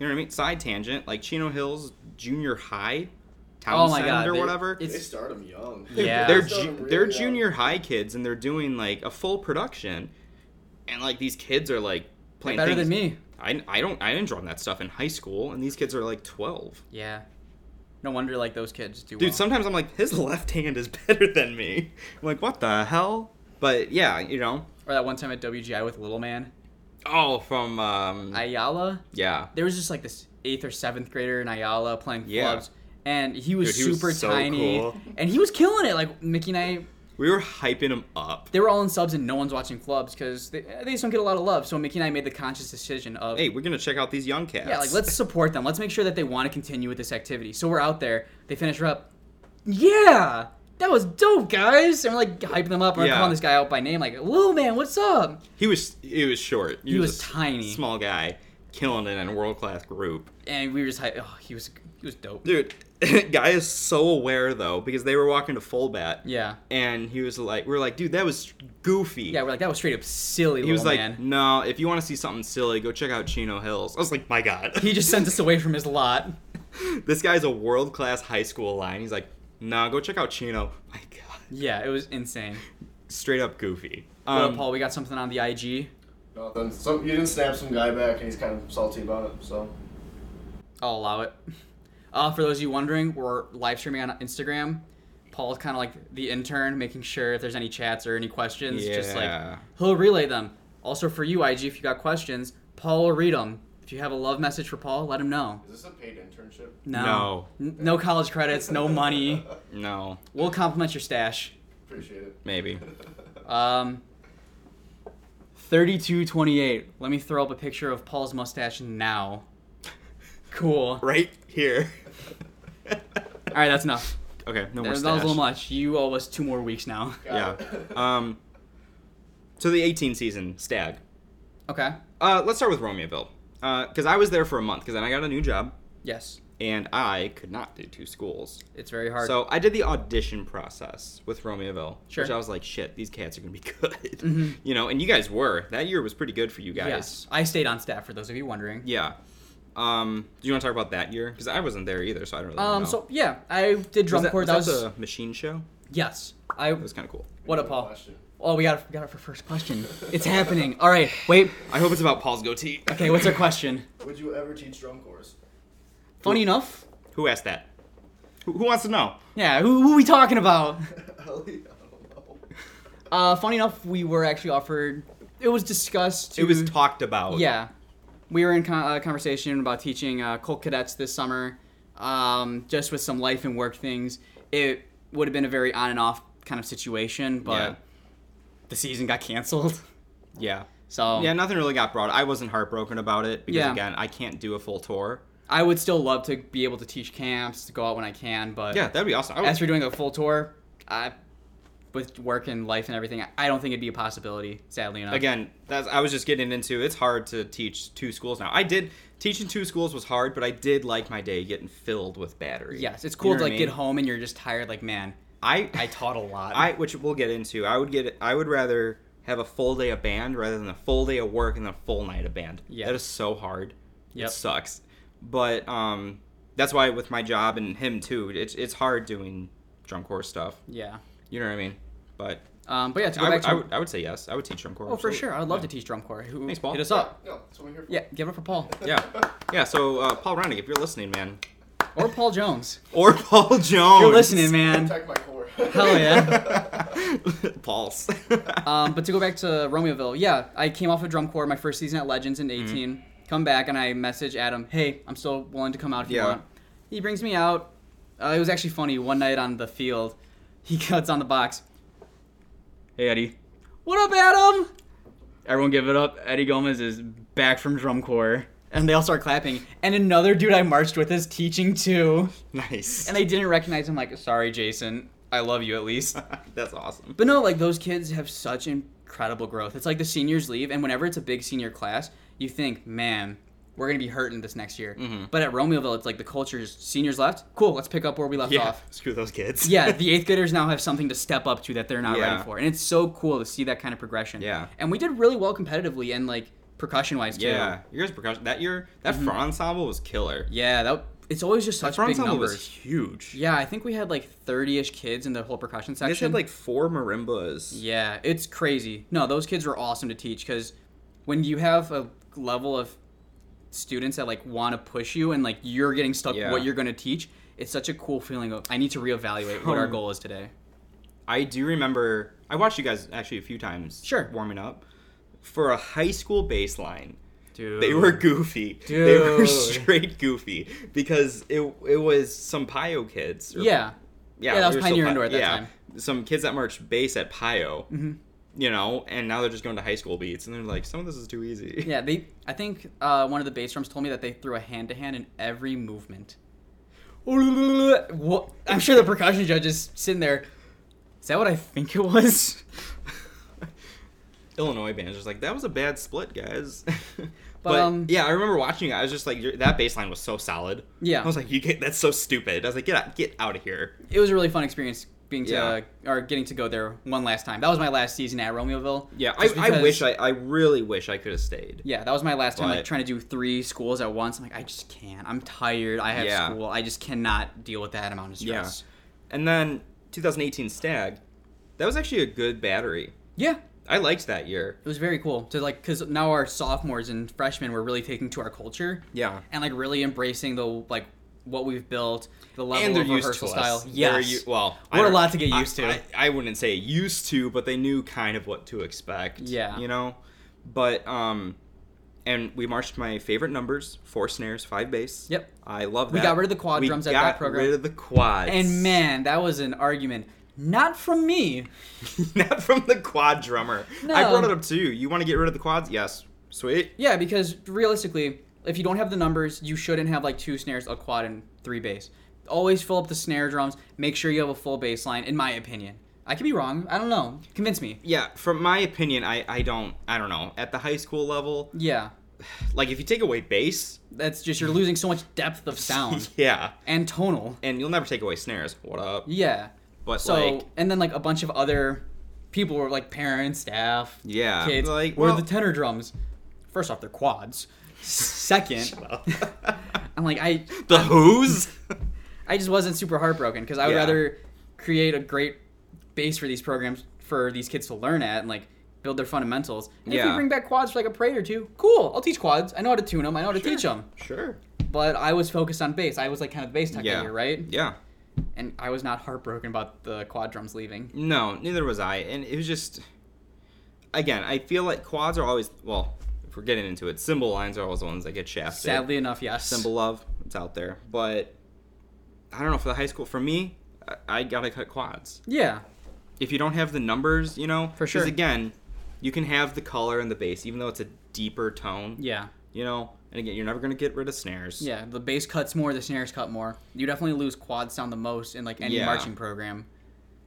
Speaker 2: You know what I mean? Side tangent. Like Chino Hills Junior High, town
Speaker 1: Oh my
Speaker 2: center
Speaker 1: God,
Speaker 2: or
Speaker 1: they-
Speaker 2: whatever.
Speaker 1: it's-
Speaker 3: they start them young.
Speaker 1: Yeah.
Speaker 2: they're
Speaker 1: They've
Speaker 3: start
Speaker 2: ju-
Speaker 3: 'em really
Speaker 2: they're
Speaker 3: young.
Speaker 2: junior high kids and they're doing like a full production, and like these kids are like playing
Speaker 1: Better than
Speaker 2: things-
Speaker 1: me.
Speaker 2: I, I don't I didn't draw that stuff in high school, and these kids are like twelve.
Speaker 1: Yeah. No wonder like those kids do
Speaker 2: Dude,
Speaker 1: well.
Speaker 2: sometimes I'm like his left hand is better than me. I'm like what the hell? But yeah, you know.
Speaker 1: or that one time at WGI with Little Man
Speaker 2: Oh, from um
Speaker 1: Ayala.
Speaker 2: yeah.
Speaker 1: there was just like this eighth or seventh grader in Ayala playing
Speaker 2: Yeah.
Speaker 1: clubs, and he was
Speaker 2: Dude, he was
Speaker 1: super
Speaker 2: so
Speaker 1: tiny,
Speaker 2: cool.
Speaker 1: and he was killing it. Like Mickey and I,
Speaker 2: We were hyping him up.
Speaker 1: they were all in subs, and no one's watching clubs because they, they just don't get a lot of love. So Mickey and I made the conscious decision of,
Speaker 2: Hey, we're gonna check out these young cats.
Speaker 1: yeah, like let's support them. Let's make sure that they want to continue with this activity. So we're out there. They finish her up. Yeah, that was dope, guys. And we're like hyping them up. and We're
Speaker 2: Yeah.
Speaker 1: calling this guy out by name, like, "Little man, what's up?"
Speaker 2: He was he was short. He,
Speaker 1: He
Speaker 2: was,
Speaker 1: was
Speaker 2: a s-
Speaker 1: tiny.
Speaker 2: small guy, killing it in a world class group.
Speaker 1: And we were just, hy- oh, he was, he was dope.
Speaker 2: Dude, guy is so aware though because they were walking to full bat.
Speaker 1: Yeah,
Speaker 2: And he was like, we are like, dude, that was goofy.
Speaker 1: yeah. We're like, that was straight up silly.
Speaker 2: he was
Speaker 1: little
Speaker 2: like,
Speaker 1: man.
Speaker 2: no, if you want to see something silly, go check out Chino Hills. I was like, my god,
Speaker 1: He just sent us away from his lot.
Speaker 2: this guy's a world class high school line. He's like, nah, go check out Chino. My god,
Speaker 1: Yeah, it was insane.
Speaker 2: straight up goofy.
Speaker 1: What up,
Speaker 2: Um,
Speaker 1: Paul, we got something on the IG.
Speaker 3: Nothing. Some you didn't snap some guy back, and he's kind of salty about it. So
Speaker 1: I'll allow it. Uh, for those of you wondering, we're live streaming on Instagram. Paul's kind of like the intern, making sure if there's any chats or any questions, just like
Speaker 2: Yeah.
Speaker 1: he'll relay them. Also for you, IG, if you got questions, Paul will read them. If you have a love message for Paul, let him know.
Speaker 3: is this a paid internship?
Speaker 1: No, N- no college credits, no money.
Speaker 2: no,
Speaker 1: We'll compliment your stash.
Speaker 3: Appreciate it.
Speaker 2: maybe.
Speaker 1: Um, 3228. Let me throw up a picture of Paul's mustache now. Cool. All
Speaker 2: right here.
Speaker 1: right, that's enough.
Speaker 2: okay, no
Speaker 1: That
Speaker 2: more
Speaker 1: was a little
Speaker 2: stash.
Speaker 1: much. You owe us two more weeks now.
Speaker 2: Yeah.
Speaker 3: Got it.
Speaker 2: Um. So the 18 season stag.
Speaker 1: Okay.
Speaker 2: Uh, let's start with Romeoville. Uh, because I was there for a month. Because then I got a new job,
Speaker 1: Yes.
Speaker 2: and I could not do two schools.
Speaker 1: It's very hard.
Speaker 2: So I did the audition process with Romeoville,
Speaker 1: Sure. Mm-hmm.
Speaker 2: which I was like, shit, these cats are gonna be good, you know. And you guys were. That year was pretty good for you guys.
Speaker 1: yes. I stayed on staff for those of you wondering.
Speaker 2: Yeah. Um. Do you want to talk about that year? Because I wasn't there either, so I don't really know.
Speaker 1: Um. So yeah, I did
Speaker 2: was
Speaker 1: drum
Speaker 2: that,
Speaker 1: corps.
Speaker 2: was
Speaker 1: That was,
Speaker 2: that the machine show?
Speaker 1: yes. I.
Speaker 2: That was kind of cool.
Speaker 1: What up, Paul?
Speaker 3: Question.
Speaker 1: Oh, we got we got it for first question. It's happening. All right. Wait.
Speaker 2: I hope it's about Paul's goatee.
Speaker 1: Okay. What's our question?
Speaker 3: Would you ever teach drum corps?
Speaker 1: Funny enough.
Speaker 2: Who asked that? Who, who wants to know?
Speaker 1: Yeah. Who, who we talking about?
Speaker 3: Hell yeah, I don't know.
Speaker 1: Uh, funny enough, we were actually offered. It was discussed. To,
Speaker 2: It was talked about.
Speaker 1: Yeah, we were in con- uh, conversation about teaching uh, Colt cadets this summer, um, just with some life and work things. It would have been a very on and off kind of situation, but
Speaker 2: Yeah.
Speaker 1: the season got canceled.
Speaker 2: Yeah.
Speaker 1: So
Speaker 2: Yeah, nothing really got brought. I wasn't heartbroken about it because
Speaker 1: Um, Yeah.
Speaker 2: again, I can't do a full tour.
Speaker 1: I would still love to be able to teach camps, to go out when I can. But
Speaker 2: Yeah, that'd be awesome. I would-
Speaker 1: as for doing a full tour, I, with work and life and everything, I- I don't think it'd be a possibility. Sadly enough.
Speaker 2: again, that's I was just getting into. It's hard to teach two schools now. I did teaching two schools was hard, but I did like my day getting filled with battery.
Speaker 1: Yes, it's
Speaker 2: You
Speaker 1: cool
Speaker 2: know
Speaker 1: to
Speaker 2: what I
Speaker 1: like get
Speaker 2: mean?
Speaker 1: home and you're just tired. Like man,
Speaker 2: I
Speaker 1: I taught a lot.
Speaker 2: I which we'll get into. I would get I would rather have a full day of band rather than a full day of work and a full night of band.
Speaker 1: Yeah.
Speaker 2: That is so hard.
Speaker 1: Yep.
Speaker 2: It sucks. But um that's why with my job and him too, it's it's hard doing drum corps stuff.
Speaker 1: yeah.
Speaker 2: You know what I mean? But
Speaker 1: Um, but yeah, to go
Speaker 2: I,
Speaker 1: back
Speaker 2: would-
Speaker 1: to
Speaker 2: I would, I would say yes. I would teach drum corps.
Speaker 1: oh for
Speaker 2: absolutely.
Speaker 1: sure, I would love
Speaker 2: Yeah.
Speaker 1: to teach drum corps. Who,
Speaker 2: Thanks, Paul.
Speaker 1: Hit us up.
Speaker 3: No, that's what we're here for.
Speaker 1: Yeah, give it for Paul
Speaker 2: Yeah, yeah. So uh, Paul Rennick, if you're listening, man,
Speaker 1: or Paul Jones.
Speaker 2: or Paul Jones,
Speaker 1: You're listening, man.
Speaker 3: Attack my core.
Speaker 1: Hell yeah.
Speaker 2: Pulse.
Speaker 1: Um, but to go back to Romeoville, yeah, I came off of drum corps my first season at Legends in 18. Come back and I message Adam, hey, I'm still willing to come out if you
Speaker 2: Yeah.
Speaker 1: want. He brings me out. Uh, it was actually funny. One night on the field, he cuts on the box.
Speaker 2: hey Eddie.
Speaker 1: What up, Adam? Everyone give it up. Eddie Gomez is back from drum corps. And they all start clapping. And another dude I marched with is teaching too.
Speaker 2: Nice.
Speaker 1: And they didn't recognize him. Like, sorry, Jason. I love you at least.
Speaker 2: That's awesome.
Speaker 1: But no, like those kids have such incredible growth. It's like the seniors leave, and whenever it's a big senior class, you think, man, we're gonna be hurting this next year.
Speaker 2: Mm-hmm.
Speaker 1: But at Romeoville, it's like the culture's seniors left. Cool, let's pick up where we left
Speaker 2: Yeah.
Speaker 1: off.
Speaker 2: Screw those kids.
Speaker 1: Yeah, the eighth graders now have something to step up to that they're not
Speaker 2: Yeah.
Speaker 1: ready for, and it's so cool to see that kind of progression.
Speaker 2: Yeah.
Speaker 1: and we did really well competitively and like percussion wise too.
Speaker 2: Yeah. Your guys' percussion that year, that front ensemble was killer.
Speaker 1: Mm-hmm. yeah. That it's always just such
Speaker 2: front
Speaker 1: big
Speaker 2: ensemble
Speaker 1: numbers.
Speaker 2: was huge.
Speaker 1: Yeah, I think we had like thirty-ish kids in the whole percussion
Speaker 2: They
Speaker 1: section.
Speaker 2: just had like four marimbas.
Speaker 1: Yeah, it's crazy. No, those kids were awesome to teach because when you have a level of students that like want to push you and like you're getting stuck with
Speaker 2: Yeah.
Speaker 1: what you're going to teach, it's such a cool feeling of I need to reevaluate what our
Speaker 2: Hmm.
Speaker 1: goal is today.
Speaker 2: I do remember I watched you guys actually a few times.
Speaker 1: Sure.
Speaker 2: Warming up for a high school baseline.
Speaker 1: Dude,
Speaker 2: They were goofy. They were
Speaker 1: Dude.
Speaker 2: straight goofy because it it was some Pio kids. or-
Speaker 1: yeah,
Speaker 2: yeah.
Speaker 1: Yeah, that was
Speaker 2: we were still
Speaker 1: Pioneer
Speaker 2: Pi-
Speaker 1: Indoor at that
Speaker 2: yeah,
Speaker 1: time. Mm-hmm.
Speaker 2: Some kids that marched bass at Pio. You know, and now they're just going to high school beats, and they're like, some of this is too easy.
Speaker 1: yeah. They, I think uh, one of the bass drums told me that they threw a hand to hand in every movement. What? I'm sure the percussion judge is sitting there. Is that what I think it was?
Speaker 2: Illinois bands just like that was a bad split, guys. but
Speaker 1: um,
Speaker 2: yeah, I remember watching it. I was just like, "You're- that baseline was so solid.
Speaker 1: Yeah.
Speaker 2: I was like, you get that's so stupid. I was like, get out, get out of here.
Speaker 1: it was a really fun experience being to uh,
Speaker 2: Yeah.
Speaker 1: or getting to go there one last time. That was my last season at Romeoville.
Speaker 2: Yeah, I,
Speaker 1: Just
Speaker 2: I
Speaker 1: because-
Speaker 2: wish I, I really wish I could have stayed.
Speaker 1: Yeah, that was my last time like
Speaker 2: But-
Speaker 1: trying to do three schools at once. I'm like, I just can't. I'm tired. I have
Speaker 2: Yeah.
Speaker 1: school. I just cannot deal with that amount of
Speaker 2: Yeah.
Speaker 1: stress.
Speaker 2: And then 2018 Stag, that was actually a good battery.
Speaker 1: Yeah.
Speaker 2: I liked that year.
Speaker 1: It was very cool to like because now our sophomores and freshmen were really taking to our culture
Speaker 2: Yeah.
Speaker 1: and like really embracing the like what we've built, the level
Speaker 2: And they're
Speaker 1: of
Speaker 2: used to
Speaker 1: rehearsal
Speaker 2: us.
Speaker 1: style.
Speaker 2: They're
Speaker 1: Yes.
Speaker 2: u- well, I
Speaker 1: We're a
Speaker 2: don't-
Speaker 1: lot to get
Speaker 2: I-
Speaker 1: used to.
Speaker 2: I, I wouldn't say used to, but they knew kind of what to expect.
Speaker 1: Yeah.
Speaker 2: You know, but um, and we marched my favorite numbers: four snares, five bass.
Speaker 1: Yep.
Speaker 2: I love that.
Speaker 1: We got rid of the quad drums at
Speaker 2: got
Speaker 1: that program.
Speaker 2: Rid of the quads.
Speaker 1: and man, that was an argument. Not from me.
Speaker 2: not from the quad drummer. I
Speaker 1: No.
Speaker 2: brought it up too. You want to get rid of the quads? Yes. Sweet.
Speaker 1: Yeah, because realistically, if you don't have the numbers, you shouldn't have like two snares, a quad, and three bass. Always fill up the snare drums. Make sure you have a full bass line, in my opinion. I could be wrong. I don't know. Convince me.
Speaker 2: Yeah, from my opinion, I, I don't I don't know. At the high school level,
Speaker 1: Yeah.
Speaker 2: like if you take away bass,
Speaker 1: That's just, you're losing so much depth of sound
Speaker 2: yeah,
Speaker 1: and tonal.
Speaker 2: and you'll never take away snares. What up?
Speaker 1: Yeah.
Speaker 2: But
Speaker 1: So,
Speaker 2: like,
Speaker 1: and then like a bunch of other people were like parents, staff,
Speaker 2: Yeah,
Speaker 1: kids.
Speaker 2: like,
Speaker 1: Like, where are
Speaker 2: well-
Speaker 1: the tenor drums? First off, they're quads. Second, I'm like, I,
Speaker 2: the Who's?
Speaker 1: I just wasn't super heartbroken because I would
Speaker 2: Yeah.
Speaker 1: rather create a great base for these programs for these kids to learn at and like build their fundamentals. And if
Speaker 2: Yeah.
Speaker 1: we bring back quads for like a parade or two, cool. I'll teach quads. I know how to tune them. I know how to teach 'em. teach them.
Speaker 2: sure.
Speaker 1: But I was focused on bass. I was like kind of the bass tech
Speaker 2: Yeah.
Speaker 1: here, right?
Speaker 2: Yeah.
Speaker 1: And I was not heartbroken about the quad drums leaving.
Speaker 2: No, neither was I, and it was just. Again, I feel like quads are always well. If we're getting into it, cymbal lines are always the ones that get shafted.
Speaker 1: Sadly enough, yes.
Speaker 2: Symbol love, it's out there, but I don't know. For the high school, for me, I, I gotta cut quads.
Speaker 1: Yeah.
Speaker 2: if you don't have the numbers, you know,
Speaker 1: For sure.
Speaker 2: Because again, you can have the color and the bass, even though it's a deeper tone.
Speaker 1: Yeah.
Speaker 2: You know, and again, you're never gonna get rid of snares.
Speaker 1: Yeah. The bass cuts more, the snares cut more. You definitely lose quad sound the most in like any
Speaker 2: Yeah.
Speaker 1: marching program.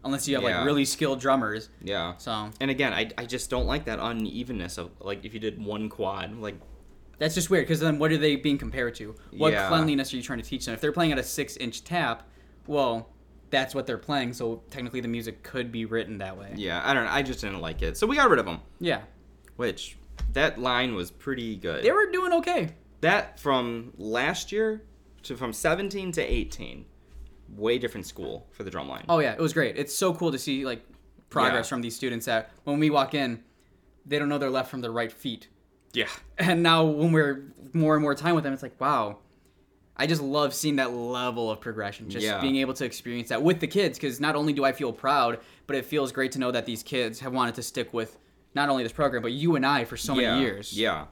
Speaker 1: Unless you have
Speaker 2: Yeah.
Speaker 1: like really skilled drummers.
Speaker 2: Yeah.
Speaker 1: So
Speaker 2: And again, I, I just don't like that unevenness of like if you did one quad, like
Speaker 1: That's just weird because then what are they being compared to? What
Speaker 2: Yeah.
Speaker 1: cleanliness are you trying to teach them? If they're playing at a six inch tap, well, that's what they're playing. So technically, the music could be written that way. Yeah.
Speaker 2: yeah, I don't know, I just didn't like it. So we got rid of them, which that line was pretty good.
Speaker 1: They were doing okay.
Speaker 2: that from last year to from 17 to 18, way different school for the drumline.
Speaker 1: Oh yeah, it was great. It's so cool to see like progress
Speaker 2: Yeah.
Speaker 1: from these students that when we walk in, they don't know their left from their right feet.
Speaker 2: Yeah.
Speaker 1: And now when we're more and more time with them, it's like wow. I just love seeing that level of progression, just
Speaker 2: Yeah.
Speaker 1: being able to experience that with the kids. Because not only do I feel proud, but it feels great to know that these kids have wanted to stick with not only this program, but you and I for so
Speaker 2: yeah.
Speaker 1: many years.
Speaker 2: Yeah.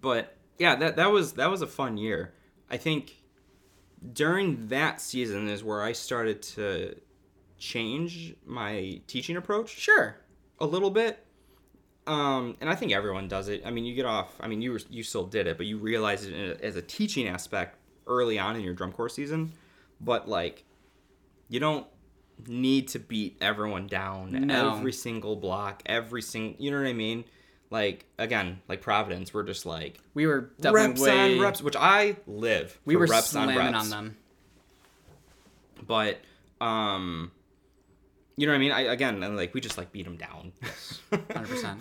Speaker 2: But yeah, that that was that was a fun year. I think during that season is where I started to change my teaching approach.
Speaker 1: Sure.
Speaker 2: a little bit. Um, and I think everyone does it. I mean, you get off. I mean, you were, you still did it, but you realized it in a- as a teaching aspect early on in your drum corps season. But like, you don't need to beat everyone down
Speaker 1: No.
Speaker 2: every single block, every single. You know what I mean? Like again, like Providence, we're just like
Speaker 1: We were definitely
Speaker 2: reps
Speaker 1: way,
Speaker 2: on reps, which I live.
Speaker 1: We
Speaker 2: for
Speaker 1: were
Speaker 2: reps
Speaker 1: slamming
Speaker 2: on
Speaker 1: on,
Speaker 2: reps
Speaker 1: them.
Speaker 2: but um you know what i mean I, again and like we just like beat him down
Speaker 1: 100%.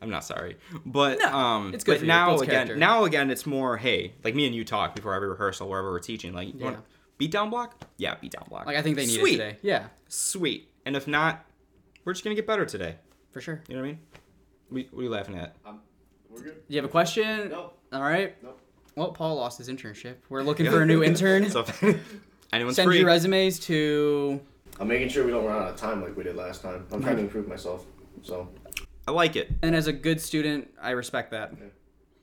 Speaker 2: i'm not sorry but
Speaker 1: No,
Speaker 2: um
Speaker 1: it's good
Speaker 2: but
Speaker 1: for you. It
Speaker 2: now
Speaker 1: builds
Speaker 2: again
Speaker 1: character.
Speaker 2: now again it's more hey like me and you talk before every rehearsal wherever we're teaching like you
Speaker 1: Yeah.
Speaker 2: want beat down block yeah beat down block
Speaker 1: Like I think they need
Speaker 2: sweet
Speaker 1: it today. Yeah,
Speaker 2: sweet and if not we're just gonna get better today
Speaker 1: for sure.
Speaker 2: you know what i mean we, what are you laughing at
Speaker 3: I'm, Um, we're good.
Speaker 1: You have a question?
Speaker 3: No.
Speaker 1: All right.
Speaker 3: Nope.
Speaker 1: Well, Paul lost his internship. We're looking for a new intern.
Speaker 2: so if anyone's
Speaker 1: Send
Speaker 2: free
Speaker 1: your resumes to.
Speaker 3: I'm making sure we don't run out of time like we did last time. I'm trying to improve myself. So
Speaker 2: i like it
Speaker 1: And as a good student, I respect that.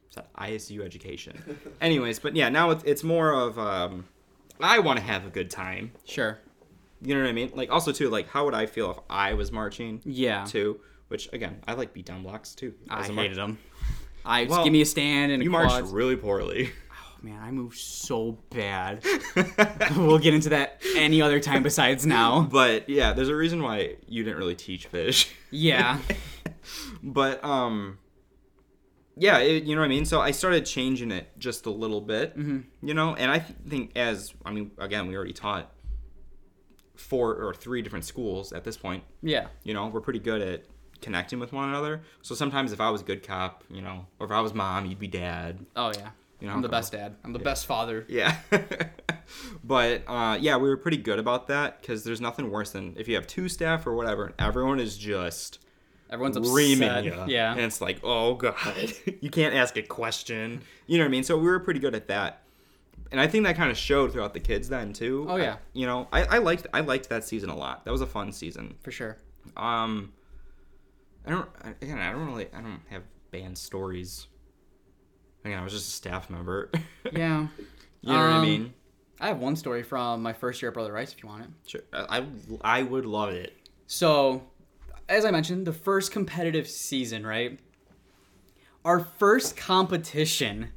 Speaker 2: It's not ISU education. Anyways, but yeah, now it's, it's more of um, I want to have a good time.
Speaker 1: Sure.
Speaker 2: You know what I mean? Like also too, like how would I feel if I was marching?
Speaker 1: Yeah.
Speaker 2: Too, which again, I like beatdown blocks too.
Speaker 1: I
Speaker 2: a
Speaker 1: hated
Speaker 2: march-
Speaker 1: them. I just
Speaker 2: Well,
Speaker 1: give me a stand and
Speaker 2: You
Speaker 1: a
Speaker 2: marched
Speaker 1: quads.
Speaker 2: really poorly.
Speaker 1: Oh, man, I moved so bad. we'll get into that any other time besides now.
Speaker 2: but yeah, there's a reason why you didn't really teach fish.
Speaker 1: Yeah.
Speaker 2: but um yeah it, you know what i mean so i started changing it just a little bit you know and i th- think as i mean again we already taught four or three different schools at this point
Speaker 1: Yeah.
Speaker 2: you know we're pretty good at connecting with one another so sometimes if i was good cop you know or if i was mom you'd be dad
Speaker 1: Oh yeah.
Speaker 2: You know,
Speaker 1: I'm the best dad. I'm the best father.
Speaker 2: yeah but uh, yeah we were pretty good about that because there's nothing worse than if you have two staff or whatever and everyone is just
Speaker 1: Everyone's upset.
Speaker 2: reaming you.
Speaker 1: Yeah.
Speaker 2: And it's like, oh God, you can't ask a question. You know what I mean? So we were pretty good at that. And I think that kind of showed throughout the kids then too.
Speaker 1: Oh,
Speaker 2: I-
Speaker 1: yeah.
Speaker 2: you know, I, I liked I liked that season a lot. That was a fun season.
Speaker 1: for sure.
Speaker 2: Um I don't I- again, I don't really I don't have band stories. Again, I was just a staff member. you
Speaker 1: Yeah.
Speaker 2: know what I
Speaker 1: Um,
Speaker 2: mean?
Speaker 1: I have one story from my first year at Brother Rice if you want it.
Speaker 2: Sure. I I would love it.
Speaker 1: So, as I mentioned, the first competitive season, right? Our first competition.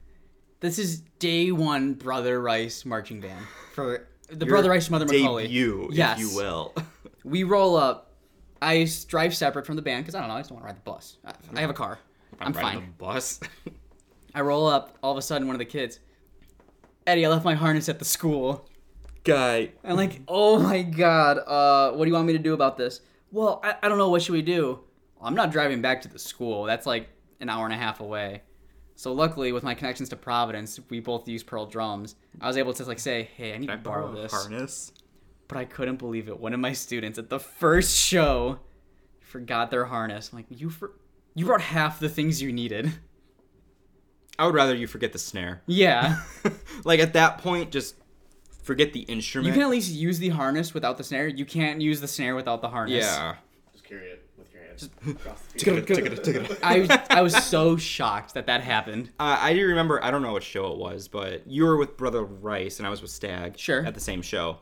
Speaker 1: This is day one Brother Rice marching band for the Brother Rice Mother Macaulay.
Speaker 2: Debut,
Speaker 1: Yes.
Speaker 2: if you will.
Speaker 1: We roll up. I s- drive separate from the band because I don't know. I just don't want to ride the bus. I, I have a car. I'm,
Speaker 2: riding
Speaker 1: fine.
Speaker 2: the bus.
Speaker 1: I roll up. All of a sudden, one of the kids, Eddie, I left my harness at the school.
Speaker 2: Guy.
Speaker 1: I'm like, oh my god, uh, what do you want me to do about this? Well, I, I don't know. What should we do? I'm not driving back to the school. That's like an hour and a half away. So luckily, with my connections to Providence, we both use Pearl drums. I was able to like say, hey, I need to borrow this.
Speaker 2: harness.
Speaker 1: But I couldn't believe it. One of my students at the first show forgot their harness. I'm like, you for- you brought half the things you needed.
Speaker 2: I would rather you forget the snare.
Speaker 1: yeah.
Speaker 2: like at that point, just forget the instrument.
Speaker 1: You can at least use the harness without the snare. You can't use the snare without the harness.
Speaker 2: yeah.
Speaker 3: just carry it with your hands.
Speaker 1: I I was so shocked that that happened.
Speaker 2: Uh, I do remember. I don't know what show it was, but you were with Brother Rice and I was with Stag.
Speaker 1: Sure.
Speaker 2: At the same show.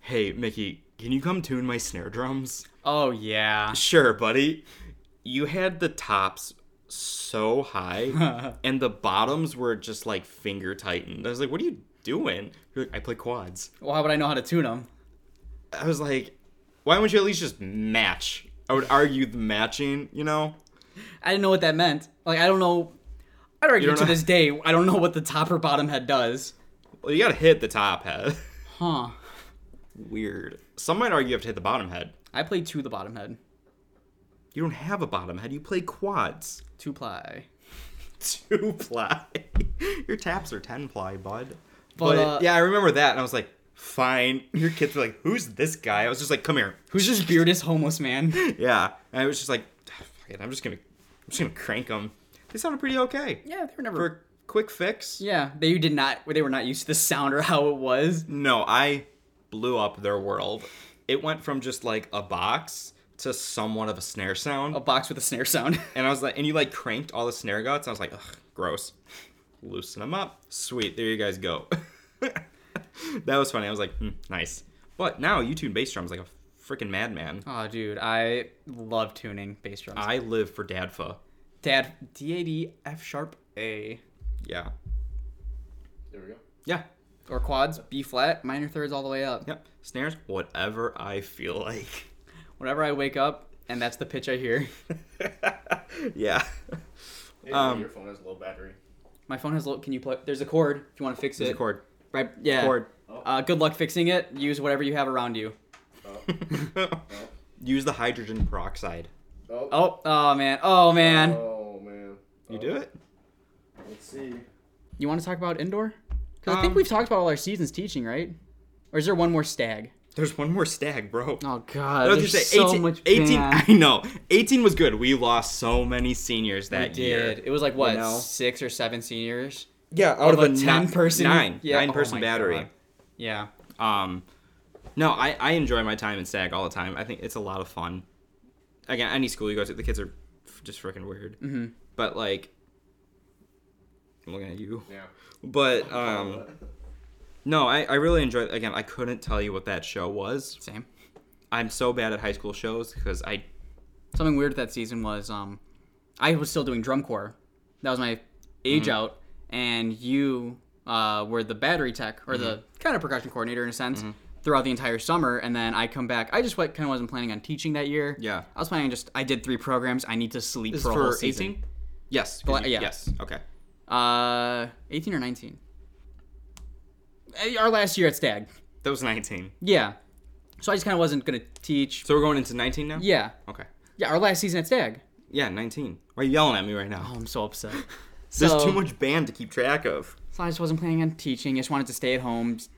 Speaker 2: Hey, Mickey, can you come tune my snare drums?
Speaker 1: Oh yeah.
Speaker 2: Sure, buddy. You had the tops so high, and the bottoms were just like finger tightened. I was like, "What are you doing?" You're like, "I play quads."
Speaker 1: Well, how would I know how to tune them?
Speaker 2: I was like, why wouldn't you at least just match? I would argue the matching, you know?
Speaker 1: I didn't know what that meant. Like I don't know. I'd argue
Speaker 2: don't
Speaker 1: to
Speaker 2: know-
Speaker 1: this day I don't know what the top or bottom head does.
Speaker 2: Well, you gotta hit the top head.
Speaker 1: Huh.
Speaker 2: Weird. Some might argue you have to hit the bottom head.
Speaker 1: I play to the bottom head.
Speaker 2: You don't have a bottom head, you play quads.
Speaker 1: Two ply.
Speaker 2: Two ply. Your taps are 10 ply, bud. But,
Speaker 1: But, uh,
Speaker 2: yeah, I remember that, and I was like, fine. Your kids were like, who's this guy? I was just like, come here.
Speaker 1: Who's this bearded homeless man?
Speaker 2: Yeah. And I was just like, "Ah, fuck it. I'm just gonna, I'm just gonna crank them. They sounded pretty okay
Speaker 1: Yeah, they were
Speaker 2: for
Speaker 1: never.
Speaker 2: a quick fix.
Speaker 1: Yeah, they did not. They were not used to the sound or how it was.
Speaker 2: No, I blew up their world. It went from just like a box to somewhat of a snare sound.
Speaker 1: A box with a snare sound.
Speaker 2: And I was like, and you like cranked all the snare guts. I was like, ugh, gross. Loosen them up. Sweet. There you guys go. that was funny. I was like, hmm, nice. But now you tune bass drums like a freaking madman.
Speaker 1: oh, dude, I love tuning bass drums.
Speaker 2: I live for dadfa.
Speaker 1: Uh, Dad, D A D F sharp A,
Speaker 2: Yeah.
Speaker 3: There we go.
Speaker 2: Yeah.
Speaker 1: or quads B flat, minor thirds all the way up.
Speaker 2: Yep. Snares, whatever I feel like.
Speaker 1: Whenever I wake up, and that's the pitch I hear.
Speaker 2: yeah.
Speaker 3: Hey,
Speaker 2: Um,
Speaker 3: your phone has low battery.
Speaker 1: My phone has low. Can you play? There's a chord. If you want to fix
Speaker 2: There's
Speaker 1: it,
Speaker 2: a chord.
Speaker 1: Right. Yeah.
Speaker 2: Chord.
Speaker 1: Uh, good luck fixing it. Use whatever you have around you.
Speaker 3: Oh, oh,
Speaker 2: Use the hydrogen peroxide.
Speaker 3: oh,
Speaker 1: Oh, oh man. Oh man.
Speaker 3: Oh, man.
Speaker 2: You
Speaker 3: Oh,
Speaker 2: do it?
Speaker 3: Let's see.
Speaker 1: You want to talk about indoor? Because I think
Speaker 2: Um,
Speaker 1: we've talked about all our seasons teaching, right? Or is there one more stag?
Speaker 2: There's one more stag, bro.
Speaker 1: Oh God,
Speaker 2: I was
Speaker 1: there's
Speaker 2: gonna say,
Speaker 1: so
Speaker 2: 18
Speaker 1: much
Speaker 2: 18
Speaker 1: band.
Speaker 2: I know. 18 was good. We lost so many seniors
Speaker 1: We
Speaker 2: that year.
Speaker 1: did. It was like what
Speaker 2: know?
Speaker 1: six or seven seniors
Speaker 2: Yeah, out
Speaker 1: of a ten person
Speaker 2: nine,
Speaker 1: Yeah,
Speaker 2: nine
Speaker 1: oh
Speaker 2: person
Speaker 1: my
Speaker 2: battery.
Speaker 1: God. Yeah,
Speaker 2: Um, no, I, I enjoy my time in SAG all the time. I think it's a lot of fun. Again, any school you go to, the kids are f- just freaking weird. Mm-hmm. But like, I'm looking at you.
Speaker 3: Yeah.
Speaker 2: But um, no, I, I really enjoy. Again, I couldn't tell you what that show was.
Speaker 1: same.
Speaker 2: I'm so bad at high school shows because I
Speaker 1: Something weird that season was um, I was still doing drum corps. That was my age
Speaker 2: Mm-hmm.
Speaker 1: out, and you uh, were the battery tech or the
Speaker 2: Mm-hmm.
Speaker 1: kind of percussion coordinator in a sense throughout the entire summer. And then I come back. I just kind of wasn't planning on teaching that year.
Speaker 2: Yeah.
Speaker 1: I was planning on just I did three programs. I need to sleep
Speaker 2: This
Speaker 1: for,
Speaker 2: is
Speaker 1: a whole
Speaker 2: for
Speaker 1: season.
Speaker 2: 18? yes, 'cause
Speaker 1: Bla-
Speaker 2: you-
Speaker 1: yeah.
Speaker 2: yes, okay,
Speaker 1: Uh, 18 or 19. Eh, Our last year at Stag.
Speaker 2: that was 19.
Speaker 1: Yeah. So I just kind of wasn't going to teach.
Speaker 2: So we're going into 19 now.
Speaker 1: Yeah.
Speaker 2: Okay.
Speaker 1: Yeah, our last season at Stag.
Speaker 2: Yeah, 19. Why are you yelling at me right now?
Speaker 1: Oh, I'm so upset.
Speaker 2: There's
Speaker 1: So-
Speaker 2: too much band to keep track of.
Speaker 1: so I just wasn't planning on teaching. Just wanted to stay at home, s-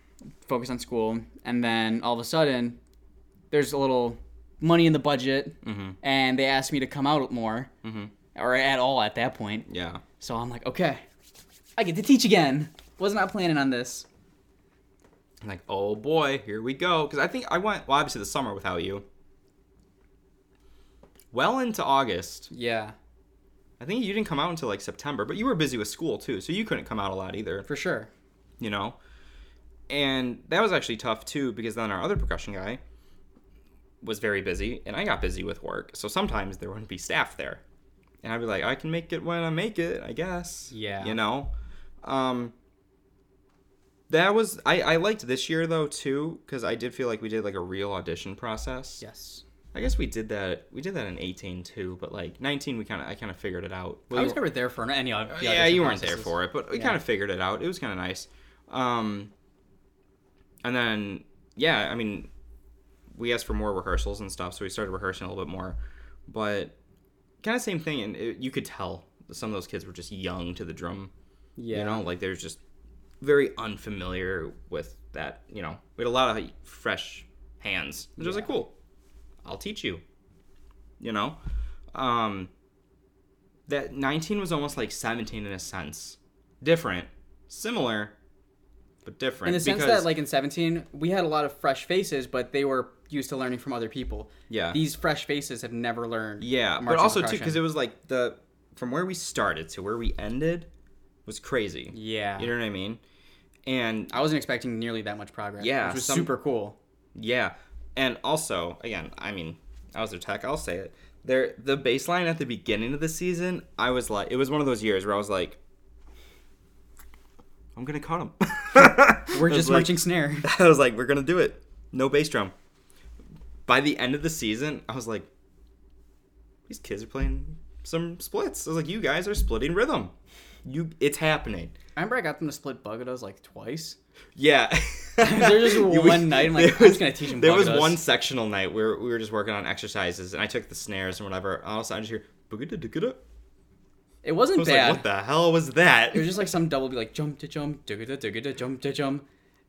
Speaker 1: focus on school. And then all of a sudden, there's a little money in the budget, and they asked me to come out more, or at all at that point.
Speaker 2: Yeah.
Speaker 1: So I'm like, okay, I get to teach again. Was not planning on this.
Speaker 2: I'm like, oh boy, here we go. Because I think I went, well, obviously the summer without you. Well into August.
Speaker 1: Yeah,
Speaker 2: I think you didn't come out until like September, but you were busy with school too, so you couldn't come out a lot either,
Speaker 1: for sure.
Speaker 2: you know? And that was actually tough too, because then our other percussion guy was very busy, and I got busy with work. So sometimes there wouldn't be staff there. And I'd be like, I can make it when I make it, I guess.
Speaker 1: Yeah.
Speaker 2: You know? Um, that was I, I liked this year though too because I did feel like we did like a real audition process.
Speaker 1: Yes.
Speaker 2: I guess we did that we did that in eighteen too, but like nineteen we kind of I kind of figured it out.
Speaker 1: I was never there for any of the
Speaker 2: Oh, yeah,
Speaker 1: audition
Speaker 2: you weren't there
Speaker 1: processes.
Speaker 2: for it, but we
Speaker 1: Yeah.
Speaker 2: kind of figured it out. It was kind of nice. Um, and then yeah, I mean, we asked for more rehearsals and stuff, so we started rehearsing a little bit more. But kind of same thing, and it, you could tell that some of those kids were just young to the drum
Speaker 1: Yeah.
Speaker 2: you know, like they're just very unfamiliar with that. You know, we had a lot of fresh hands, which was like, cool. I'll teach you. You know, um, that 19 was almost like 17 in a sense, different, similar, but different.
Speaker 1: in the sense
Speaker 2: because-
Speaker 1: that like in 17 we had a lot of fresh faces but they were used to learning from other people
Speaker 2: Yeah.
Speaker 1: these fresh faces have never learned
Speaker 2: Yeah, but
Speaker 1: marching
Speaker 2: also too
Speaker 1: percussion.
Speaker 2: because it was like the from where we started to where we ended was crazy.
Speaker 1: yeah
Speaker 2: You know what I mean? And
Speaker 1: i wasn't expecting nearly that much progress
Speaker 2: Yeah,
Speaker 1: which was
Speaker 2: some-
Speaker 1: super cool
Speaker 2: Yeah, and also again, I mean, I was a tech. I'll say it. There, the baseline at the beginning of the season, I was like, it was one of those years where I was like, I'm gonna cut him.
Speaker 1: we're just
Speaker 2: like-
Speaker 1: marching snare
Speaker 2: I was like, we're gonna do it. No bass drum. By the end of the season, I was like, these kids are playing some splits. I was like, you guys are splitting rhythm. You, it's happening.
Speaker 1: i remember i got them to split bugados like twice
Speaker 2: Yeah.
Speaker 1: There was just
Speaker 2: You-
Speaker 1: one night, I'm like,
Speaker 2: there
Speaker 1: I'm just gonna teach him
Speaker 2: There was
Speaker 1: bugadas.
Speaker 2: one sectional night where we were just working on exercises, and I took the snares and whatever. And all of a sudden, I just hear "Booga-da-dooga-da."
Speaker 1: it
Speaker 2: I
Speaker 1: wasn't
Speaker 2: was
Speaker 1: bad
Speaker 2: like, "What the hell was that?"
Speaker 1: it was just like some double be like jump to jump digga da digga da jump to jump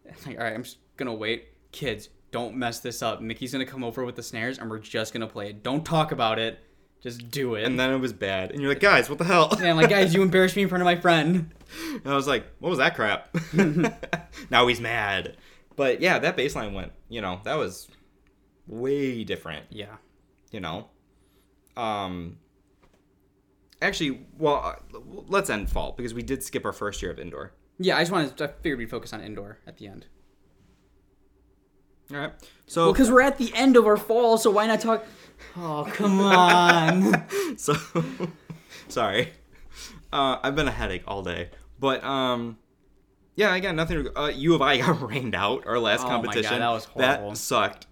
Speaker 1: I'm like all right i'm just gonna wait. Kids, don't mess this up. Mickey's gonna come over with the snares, and we're just gonna play it. Don't talk about it. Just do it.
Speaker 2: And then it was bad. And you're like, guys, what the hell?
Speaker 1: and I'm like, guys, you embarrassed me in front of my friend.
Speaker 2: And I was like, what was that crap? now he's mad. But yeah, that baseline went, you know, that was way different,
Speaker 1: Yeah.
Speaker 2: you know. Um actually, well, uh, let's end fall because we did skip our first year of indoor.
Speaker 1: Yeah, I just wanted. I figured we'd focus on indoor at the end.
Speaker 2: All right. So
Speaker 1: Well, because we're at the end of our fall, so why not talk? Oh, come on.
Speaker 2: so sorry uh, i've been a headache all day but um yeah i got nothing to, uh, u of i got rained out our last
Speaker 1: Oh my God,
Speaker 2: competition
Speaker 1: that was horrible.
Speaker 2: that sucked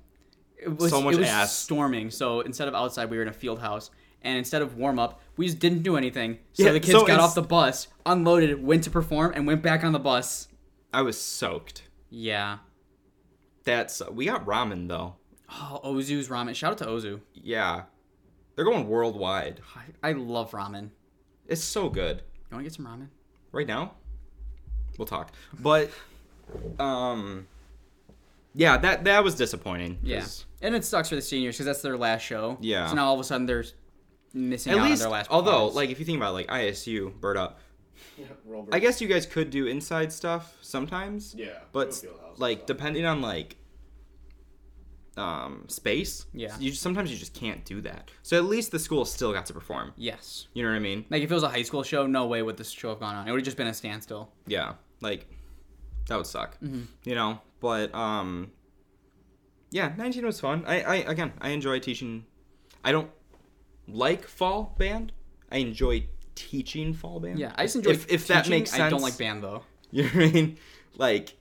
Speaker 1: It was,
Speaker 2: So much
Speaker 1: it was
Speaker 2: ass.
Speaker 1: storming. So instead of outside, we were in a field house, and instead of warm up, we just didn't do anything. So
Speaker 2: Yeah,
Speaker 1: the kids
Speaker 2: so
Speaker 1: got
Speaker 2: it's-
Speaker 1: off the bus, unloaded, went to perform, and went back on the bus.
Speaker 2: i was soaked
Speaker 1: Yeah.
Speaker 2: that's uh, we got ramen though
Speaker 1: Oh, Ozu's ramen. Shout out to Ozu.
Speaker 2: yeah they're going worldwide
Speaker 1: I, I love ramen.
Speaker 2: it's so good
Speaker 1: You want to get some ramen?
Speaker 2: right now we'll talk but um yeah that that was disappointing 'cause
Speaker 1: Yeah. And it sucks for the seniors because that's their last show.
Speaker 2: Yeah.
Speaker 1: So now all of a sudden they're missing
Speaker 2: at
Speaker 1: out
Speaker 2: least
Speaker 1: on their last.
Speaker 2: although
Speaker 1: performance.
Speaker 2: like if you think about it, like isu bird up
Speaker 3: Yeah, we're all
Speaker 2: I guess you guys could do inside stuff sometimes.
Speaker 3: Yeah,
Speaker 2: But
Speaker 3: we'll
Speaker 2: s-
Speaker 3: be allowed to
Speaker 2: like
Speaker 3: stuff.
Speaker 2: depending on like um space.
Speaker 1: Yeah.
Speaker 2: You just- sometimes you just can't do that. So at least the school still got to perform.
Speaker 1: yes.
Speaker 2: You know what I mean?
Speaker 1: Like if it was a high school show, no way would this show have gone on. It would have just been a standstill.
Speaker 2: Yeah. Like that would suck.
Speaker 1: Mm-hmm.
Speaker 2: You know, but um yeah, 19 was fun. I I again, I enjoy teaching. I don't like fall band. I enjoy teaching fall band.
Speaker 1: Yeah, I just enjoy.
Speaker 2: if, if that
Speaker 1: teaching.
Speaker 2: makes sense.
Speaker 1: I don't like band though.
Speaker 2: You know what I mean? Like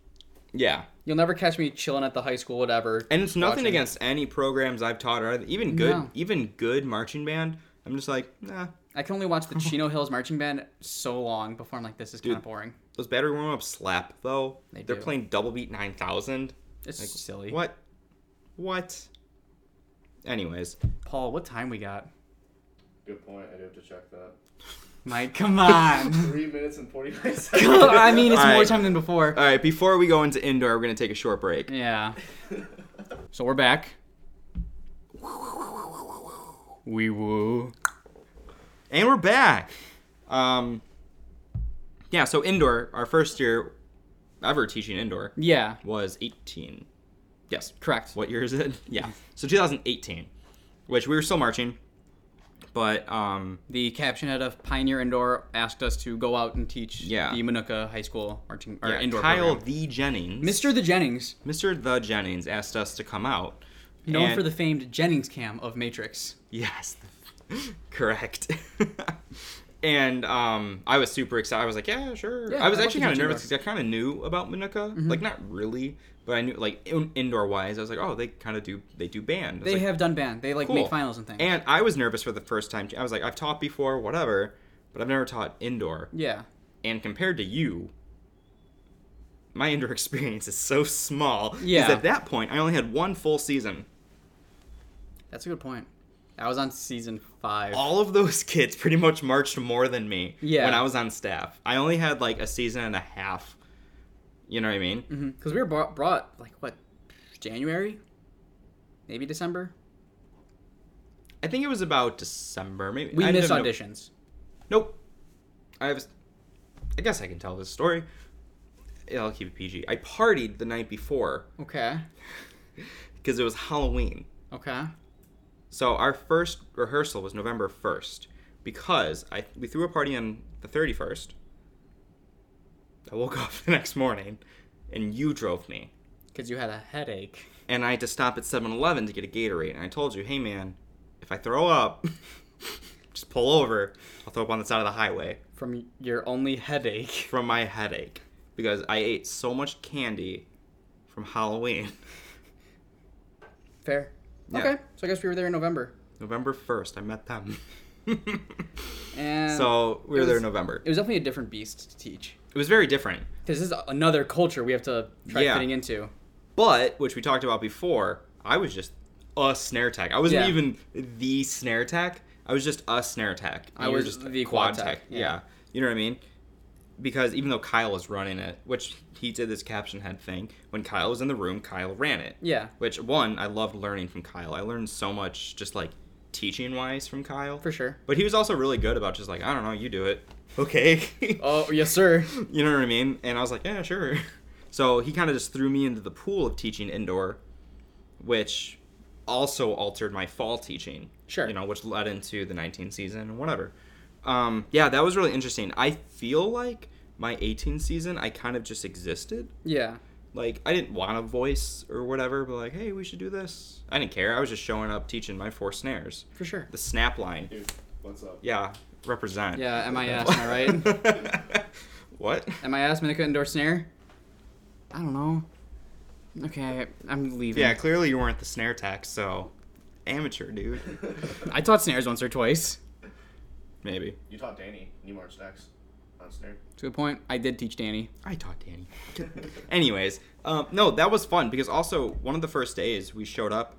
Speaker 2: yeah.
Speaker 1: You'll never catch me chilling at the high school, whatever.
Speaker 2: And it's nothing
Speaker 1: watching.
Speaker 2: against any programs I've taught or even good
Speaker 1: No.
Speaker 2: even good marching band. I'm just like, nah,
Speaker 1: I can only watch the Chino Hills Marching Band so long before I'm like, this is kind of
Speaker 2: Dude.
Speaker 1: boring.
Speaker 2: those battery warm ups slap though.
Speaker 1: They
Speaker 2: They are
Speaker 1: do.
Speaker 2: playing double beat nine thousand.
Speaker 1: It's
Speaker 2: Like
Speaker 1: silly.
Speaker 2: What? What? Anyways,
Speaker 1: Paul, what time we got?
Speaker 3: Good point. I do have to check that.
Speaker 1: Mike, come on.
Speaker 3: Three minutes and forty nine seconds.
Speaker 1: I mean, it's
Speaker 2: All
Speaker 1: more
Speaker 2: right.
Speaker 1: time than before.
Speaker 2: all right. Before we go into indoor, we're gonna take a short break.
Speaker 1: Yeah. So we're back. We woo.
Speaker 2: And we're back. Um, yeah. So indoor, our first year ever teaching indoor
Speaker 1: Yeah.
Speaker 2: was 18. Yes,
Speaker 1: Correct.
Speaker 2: what year is it? Yeah. So 2018, which we were still marching, but um,
Speaker 1: The caption head of Pioneer Indoor asked us to go out and teach
Speaker 2: Yeah.
Speaker 1: the Manuka High School marching or
Speaker 2: yeah,
Speaker 1: indoor
Speaker 2: Kyle
Speaker 1: program.
Speaker 2: the Jennings,
Speaker 1: Mr. The Jennings,
Speaker 2: Mr. the Jennings, asked us to come out.
Speaker 1: known
Speaker 2: and-
Speaker 1: for the famed Jennings cam of Matrix.
Speaker 2: yes, correct. and um, I was super excited. I was like, yeah, sure.
Speaker 1: Yeah,
Speaker 2: I was
Speaker 1: I'd love to Mm-hmm.
Speaker 2: actually kind of
Speaker 1: teach
Speaker 2: nervous because I kind of knew about Manuka, like not really, but I knew like in- indoor wise. I was like, oh, they kind of do they do band. I was
Speaker 1: They
Speaker 2: like,
Speaker 1: have done band. They like
Speaker 2: Cool.
Speaker 1: make finals and things.
Speaker 2: And I was nervous for the first time. I was like, I've taught before, whatever, but I've never taught indoor.
Speaker 1: yeah.
Speaker 2: And compared to you, my indoor experience is so small. 'Cause
Speaker 1: Yeah.
Speaker 2: At that point, I only had one full season.
Speaker 1: That's a good point. I was on season five.
Speaker 2: All of those kids pretty much marched more than me
Speaker 1: Yeah.
Speaker 2: when I was on staff. I only had like a season and a half. You know what I mean?
Speaker 1: Because Mm-hmm. we were brought, brought, like, what, January? Maybe December?
Speaker 2: I think it was about December, maybe.
Speaker 1: We
Speaker 2: I
Speaker 1: missed
Speaker 2: don't know.
Speaker 1: auditions.
Speaker 2: Nope. I have. I guess I can tell this story. I'll keep it PG. I partied the night before
Speaker 1: Okay.
Speaker 2: because it was Halloween.
Speaker 1: Okay.
Speaker 2: So our first rehearsal was November 1st because I we threw a party on the 31st. I woke up the next morning and you drove me.
Speaker 1: Because you had a headache.
Speaker 2: And I had to stop at 7-Eleven to get a Gatorade and I told you, "Hey man, if I throw up, just pull over. I'll throw up on the side of the highway
Speaker 1: From your only headache.
Speaker 2: from my headache because I ate so much candy from Halloween."
Speaker 1: Fair.
Speaker 2: Yeah.
Speaker 1: Okay. So I guess we were there in November.
Speaker 2: November 1st, I met them.
Speaker 1: And
Speaker 2: so,
Speaker 1: Um,
Speaker 2: we
Speaker 1: it
Speaker 2: were there
Speaker 1: was-
Speaker 2: in November.
Speaker 1: it was definitely a different beast to teach.
Speaker 2: It was very different.
Speaker 1: Because this is another culture we have to try
Speaker 2: Yeah.
Speaker 1: fitting into.
Speaker 2: But which we talked about before, I was just a snare tech. I wasn't
Speaker 1: Yeah.
Speaker 2: even the snare tech. I was just a snare tech.
Speaker 1: I
Speaker 2: You were
Speaker 1: was the quad tech, yeah.
Speaker 2: Yeah. you know what I mean. because even though Kyle was running it, which he did this caption head thing, when Kyle was in the room, Kyle ran it.
Speaker 1: Yeah,
Speaker 2: Which one I loved learning from Kyle. I learned so much just like teaching wise from Kyle.
Speaker 1: for sure.
Speaker 2: But he was also really good about just like I don't know, you do it. Okay.
Speaker 1: Oh yes, sir.
Speaker 2: you know what I mean? And I was like, yeah, sure. So he kind of just threw me into the pool of teaching indoor, which also altered my fall teaching.
Speaker 1: Sure.
Speaker 2: You know, which led into the 19 season and whatever. Um, yeah, that was really interesting. I feel like my 18 season, I kind of just existed.
Speaker 1: Yeah,
Speaker 2: Like, I didn't want a voice or whatever, but like, hey, we should do this. I didn't care. I was just showing up teaching my four snares,
Speaker 1: for sure.
Speaker 2: the snap line.
Speaker 3: Dude, what's up?
Speaker 2: Yeah, represent.
Speaker 1: Yeah, MIS, am I right?
Speaker 2: right? what?
Speaker 1: MIS, Minnetonka Indoor Snare? I don't know. Okay, I'm leaving.
Speaker 2: Yeah, clearly you weren't the snare tech, so amateur, dude.
Speaker 1: I taught snares once or twice.
Speaker 2: Maybe.
Speaker 3: you taught Danny Newmarch next on snare.
Speaker 1: It's a good point. I did teach Danny.
Speaker 2: I taught Danny. Anyways, um, no, that was fun because also one of the first days we showed up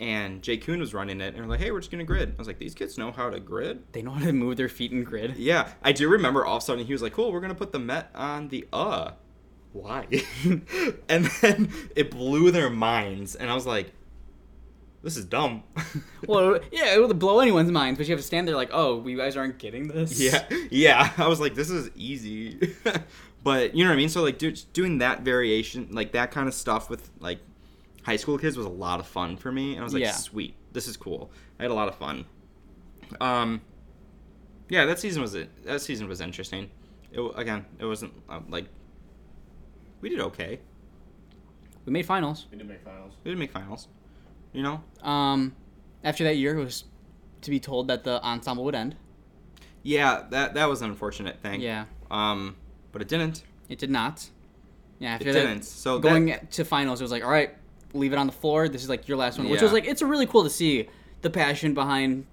Speaker 2: and Jay Kuhn was running it and we're like, hey, we're just gonna grid. I was like, these kids know how to grid.
Speaker 1: They know how to move their feet in grid.
Speaker 2: Yeah, I do remember all of a sudden he was like, cool, we're gonna put the Met on the uh. Why? and then it blew their minds, and I was like, this is dumb.
Speaker 1: Well, yeah, it would blow anyone's minds, but you have to stand there like, oh, we guys aren't getting this.
Speaker 2: Yeah, yeah. I was like, this is easy, but you know what I mean. So like, dude, just doing that variation, like that kind of stuff with like high school kids was a lot of fun for me, and I was like,
Speaker 1: Yeah.
Speaker 2: sweet, this is cool. I had a lot of fun. Um, yeah, that season was it. That season was interesting. It wa- again, it wasn't um, like we did okay.
Speaker 1: We made finals.
Speaker 3: We did make finals.
Speaker 2: We didn't make finals, you know.
Speaker 1: Um, after that year, it was to be told that the ensemble would end.
Speaker 2: Yeah, that that was an unfortunate thing.
Speaker 1: Yeah,
Speaker 2: Um, but it didn't.
Speaker 1: it did not. Yeah,
Speaker 2: It
Speaker 1: after that,
Speaker 2: didn't. So that-
Speaker 1: going to finals, it was like, all right, leave it on the floor. This is like your last one, which
Speaker 2: Yeah.
Speaker 1: was like, it's really cool to see the passion behind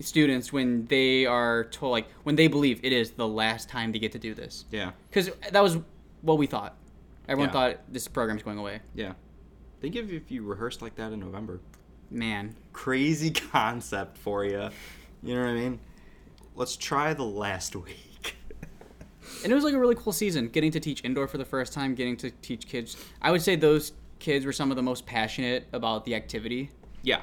Speaker 1: students when they are told, like, when they believe it is the last time they get to do this.
Speaker 2: yeah.
Speaker 1: Because that was what we thought. Everyone
Speaker 2: Yeah.
Speaker 1: thought this program's going away.
Speaker 2: Yeah. They give you if you rehearsed like that in November.
Speaker 1: Man,
Speaker 2: Crazy concept for you. You know what I mean? Let's try the last week.
Speaker 1: and it was like a really cool season. Getting to teach indoor for the first time, getting to teach kids. I would say those kids were some of the most passionate about the activity.
Speaker 2: yeah.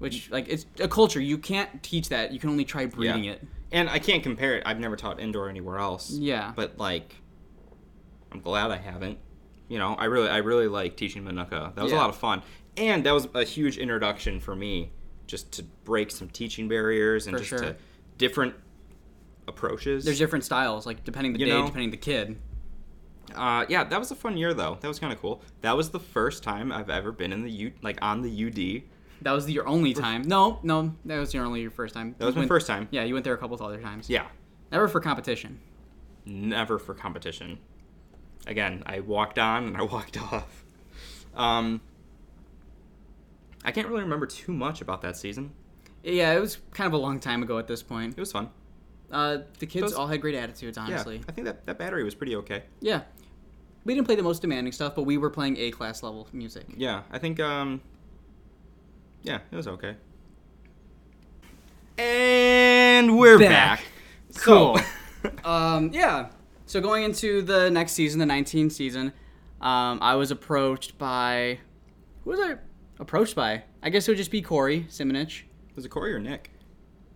Speaker 1: Which like it's a culture you can't teach that you can only try breeding
Speaker 2: Yeah.
Speaker 1: it.
Speaker 2: And I can't compare it. I've never taught indoor anywhere else.
Speaker 1: Yeah.
Speaker 2: But like I'm glad I haven't. You know, I really I really like teaching Manuka. That was a
Speaker 1: Yeah.
Speaker 2: lot of fun. And that was a huge introduction for me just to break some teaching barriers and
Speaker 1: For
Speaker 2: just
Speaker 1: sure.
Speaker 2: to different approaches.
Speaker 1: There's different styles, like depending the
Speaker 2: You
Speaker 1: day,
Speaker 2: know?
Speaker 1: depending the kid.
Speaker 2: Uh, yeah, that was a fun year though. That was kind of cool. That was the first time I've ever been in the U, like on the UD.
Speaker 1: That was your only time. No, no, that was your only your first time.
Speaker 2: That was
Speaker 1: You
Speaker 2: my
Speaker 1: went-
Speaker 2: first time.
Speaker 1: Yeah, you went there a couple of other times.
Speaker 2: Yeah,
Speaker 1: Never for competition.
Speaker 2: never for competition. Again, I walked on and I walked off. Um, I can't really remember too much about that season.
Speaker 1: Yeah, it was kind of a long time ago at this point.
Speaker 2: It was fun.
Speaker 1: Uh, the kids
Speaker 2: Those-
Speaker 1: all had great attitudes, honestly.
Speaker 2: Yeah, I think that that battery was pretty okay.
Speaker 1: Yeah. We didn't play the most demanding stuff, but we were playing A class level music.
Speaker 2: Yeah, I think um, yeah, it was okay. And we're back.
Speaker 1: Back.
Speaker 2: So-
Speaker 1: Um, yeah. So going into the next season, the 19 season, um, I was approached by. Who was I approached by? I guess it would just be Corey Simonich.
Speaker 2: was it Corey or Nick?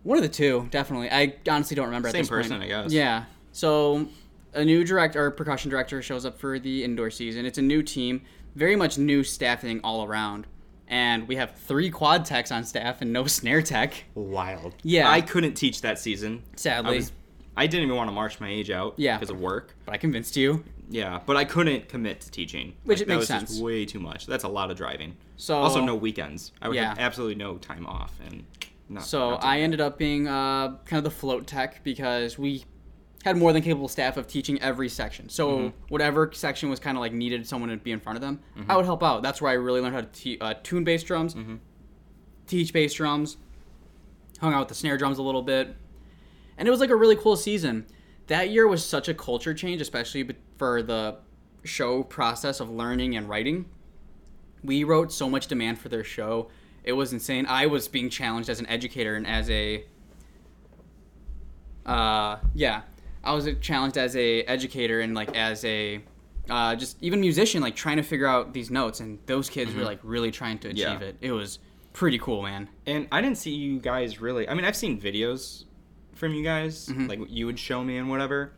Speaker 1: One of the two, definitely. I honestly don't remember.
Speaker 2: Same
Speaker 1: at this
Speaker 2: person,
Speaker 1: point.
Speaker 2: I guess.
Speaker 1: Yeah. So a new director or percussion director shows up for the indoor season. It's a new team, very much new staffing all around, and we have three quad techs on staff and no snare tech.
Speaker 2: wild.
Speaker 1: Yeah.
Speaker 2: I couldn't teach that season. I,
Speaker 1: Sadly.
Speaker 2: was, I didn't even want to march my age out.
Speaker 1: Yeah.
Speaker 2: Because of work.
Speaker 1: But I convinced you.
Speaker 2: Yeah, but I couldn't commit to teaching.
Speaker 1: Which it
Speaker 2: that
Speaker 1: makes
Speaker 2: was just
Speaker 1: sense.
Speaker 2: way too much. That's a lot of driving.
Speaker 1: So
Speaker 2: also, no weekends. I would have
Speaker 1: Yeah.
Speaker 2: absolutely no time off and. Not,
Speaker 1: So
Speaker 2: not
Speaker 1: I ended up being uh, kind of the float tech because we had more than capable staff of teaching every section. So
Speaker 2: Mm-hmm.
Speaker 1: whatever section was kind of like needed someone to be in front of them,
Speaker 2: Mm-hmm.
Speaker 1: I would help out. That's where I really learned how to te- uh, tune bass drums, teach bass drums, hung out with the snare drums a little bit, and it was like a really cool season. That year was such a culture change, especially be- for the show process of learning and writing we wrote so much demand for their show it was insane i was being challenged as an educator and as a uh yeah I was challenged as a educator and like as a uh, just even musician, like trying to figure out these notes. And those kids were like really trying to achieve
Speaker 2: Mm-hmm. Yeah.
Speaker 1: it. It was pretty cool, man.
Speaker 2: And I didn't see you guys really. I mean, I've seen videos from you guys,
Speaker 1: Mm-hmm.
Speaker 2: like what you would show me and whatever.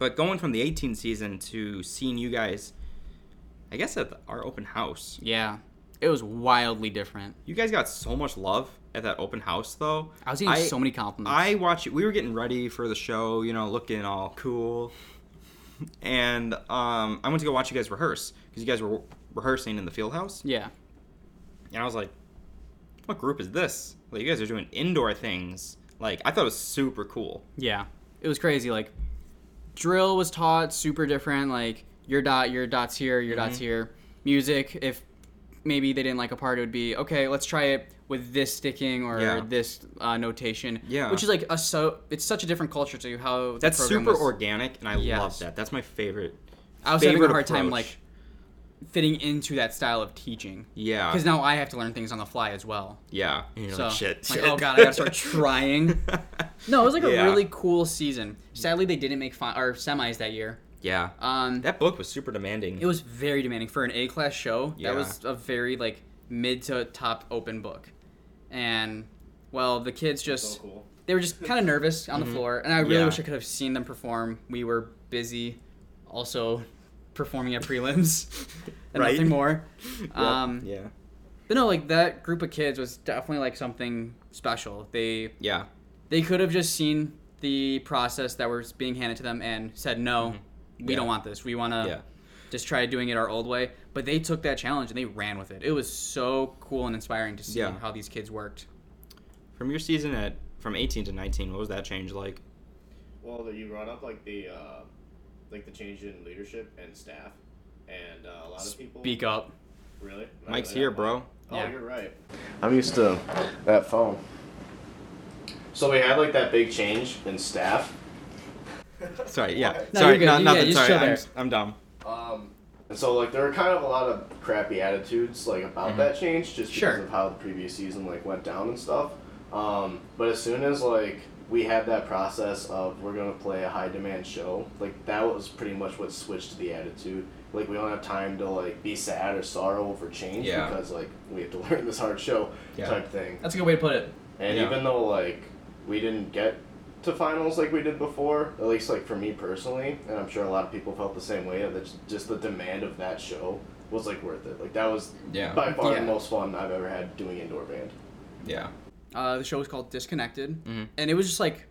Speaker 2: But going from the 18 season to seeing you guys, I guess at the, our open house,
Speaker 1: Yeah, it was wildly different.
Speaker 2: you guys got so much love at that open house though.
Speaker 1: I was getting so many compliments.
Speaker 2: I watch it. We were getting ready for the show, you know, looking all cool. And um, I went to go watch you guys rehearse because you guys were rehearsing in the field house.
Speaker 1: yeah,
Speaker 2: And I was like, what group is this? Like, you guys are doing indoor things. Like, I thought it was super cool.
Speaker 1: yeah, it was crazy. Like drill was taught super different. Like your dot, your dot's here, your
Speaker 2: Mm-hmm.
Speaker 1: dot's here. Music, if maybe they didn't like a part, it would be okay. Let's try it with this sticking or
Speaker 2: Yeah.
Speaker 1: this uh, notation.
Speaker 2: Yeah.
Speaker 1: which is like a so it's such a different culture to how the
Speaker 2: That's
Speaker 1: program
Speaker 2: super
Speaker 1: was-
Speaker 2: organic, and I love
Speaker 1: Yes.
Speaker 2: that. That's my favorite.
Speaker 1: I was having a
Speaker 2: favorite
Speaker 1: hard time
Speaker 2: approach.
Speaker 1: like fitting into that style of teaching
Speaker 2: yeah,
Speaker 1: because now I have to learn things on the fly as well.
Speaker 2: yeah. And Ah. you're
Speaker 1: So
Speaker 2: like, shit,
Speaker 1: like,
Speaker 2: shit.
Speaker 1: oh god, I gotta start trying. No, it was like a
Speaker 2: Yeah.
Speaker 1: really cool season. Sadly, they didn't make fi- or semis that year.
Speaker 2: yeah,
Speaker 1: Um,
Speaker 2: that book was super demanding.
Speaker 1: it was very demanding for an A class show.
Speaker 2: Yeah.
Speaker 1: That was a very like mid to top open book, and well, the kids just
Speaker 3: So cool.
Speaker 1: they were just kind of nervous on the floor, and I really
Speaker 2: Mm-hmm. Yeah.
Speaker 1: wish I could have seen them perform. We were busy, also performing at prelims, and
Speaker 2: Right.
Speaker 1: nothing more.
Speaker 2: Yep,
Speaker 1: Um,
Speaker 2: yeah,
Speaker 1: But no, like that group of kids was definitely like something special. They
Speaker 2: yeah,
Speaker 1: they could have just seen the process that was being handed to them and said no we
Speaker 2: Yeah.
Speaker 1: don't want this we want to
Speaker 2: Yeah.
Speaker 1: just try doing it our old way but they took that challenge and they ran with it it was so cool and inspiring to see
Speaker 2: Yeah.
Speaker 1: how these kids worked
Speaker 2: From your season at from 18 to 19, what was that change like?
Speaker 3: Well, that you brought up like the uh, like the change in leadership and staff, and uh, a lot of people.
Speaker 1: speak up
Speaker 3: Really? Not
Speaker 2: Mike's
Speaker 3: really
Speaker 2: here,
Speaker 3: that
Speaker 2: bro.
Speaker 3: much. Oh,
Speaker 1: Yeah.
Speaker 3: you're right. I'm used to that phone. So we had like that big change in staff.
Speaker 2: Sorry, yeah.
Speaker 1: No,
Speaker 2: sorry,
Speaker 1: you're good.
Speaker 2: no-
Speaker 1: You- yeah,
Speaker 2: nothing.
Speaker 1: you
Speaker 2: sorry,
Speaker 1: chill
Speaker 2: I'm,
Speaker 1: there.
Speaker 2: s- I'm dumb.
Speaker 3: Um, and so like there were kind of a lot of crappy attitudes like about
Speaker 2: Mm-hmm.
Speaker 3: that change, just because
Speaker 1: Sure.
Speaker 3: of how the previous season like went down and stuff. Um, but as soon as like we had that process of we're gonna play a high demand show, like that was pretty much what switched to the attitude. Like we don't have time to like be sad or sorrow over change
Speaker 2: Yeah.
Speaker 3: because like we have to learn this hard show
Speaker 2: Yeah.
Speaker 3: type thing.
Speaker 1: that's a good way to put it
Speaker 3: And
Speaker 2: Yeah.
Speaker 3: even though like we didn't get to finals like we did before, at least like for me personally, and I'm sure a lot of people felt the same way. That just- just the demand of that show was like worth it. Like that was
Speaker 2: Yeah.
Speaker 3: by far
Speaker 1: Yeah.
Speaker 3: the most fun I've ever had doing indoor band.
Speaker 2: Yeah.
Speaker 1: uh, the show was called disconnected and it was just like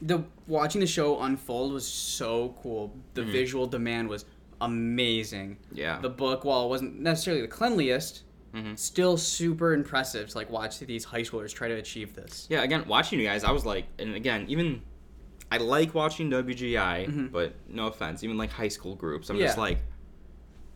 Speaker 1: the watching the show unfold was so cool the visual demand was amazing
Speaker 2: Yeah. Mm-hmm.
Speaker 1: the book while it wasn't necessarily the cleanliest still super impressive to like watch these high schoolers try to achieve this
Speaker 2: Yeah, again, watching you guys, I was like, and again, even I like watching WGI, but no offense, even like high school groups, I'm just
Speaker 1: Mm-hmm. Yeah.
Speaker 2: like,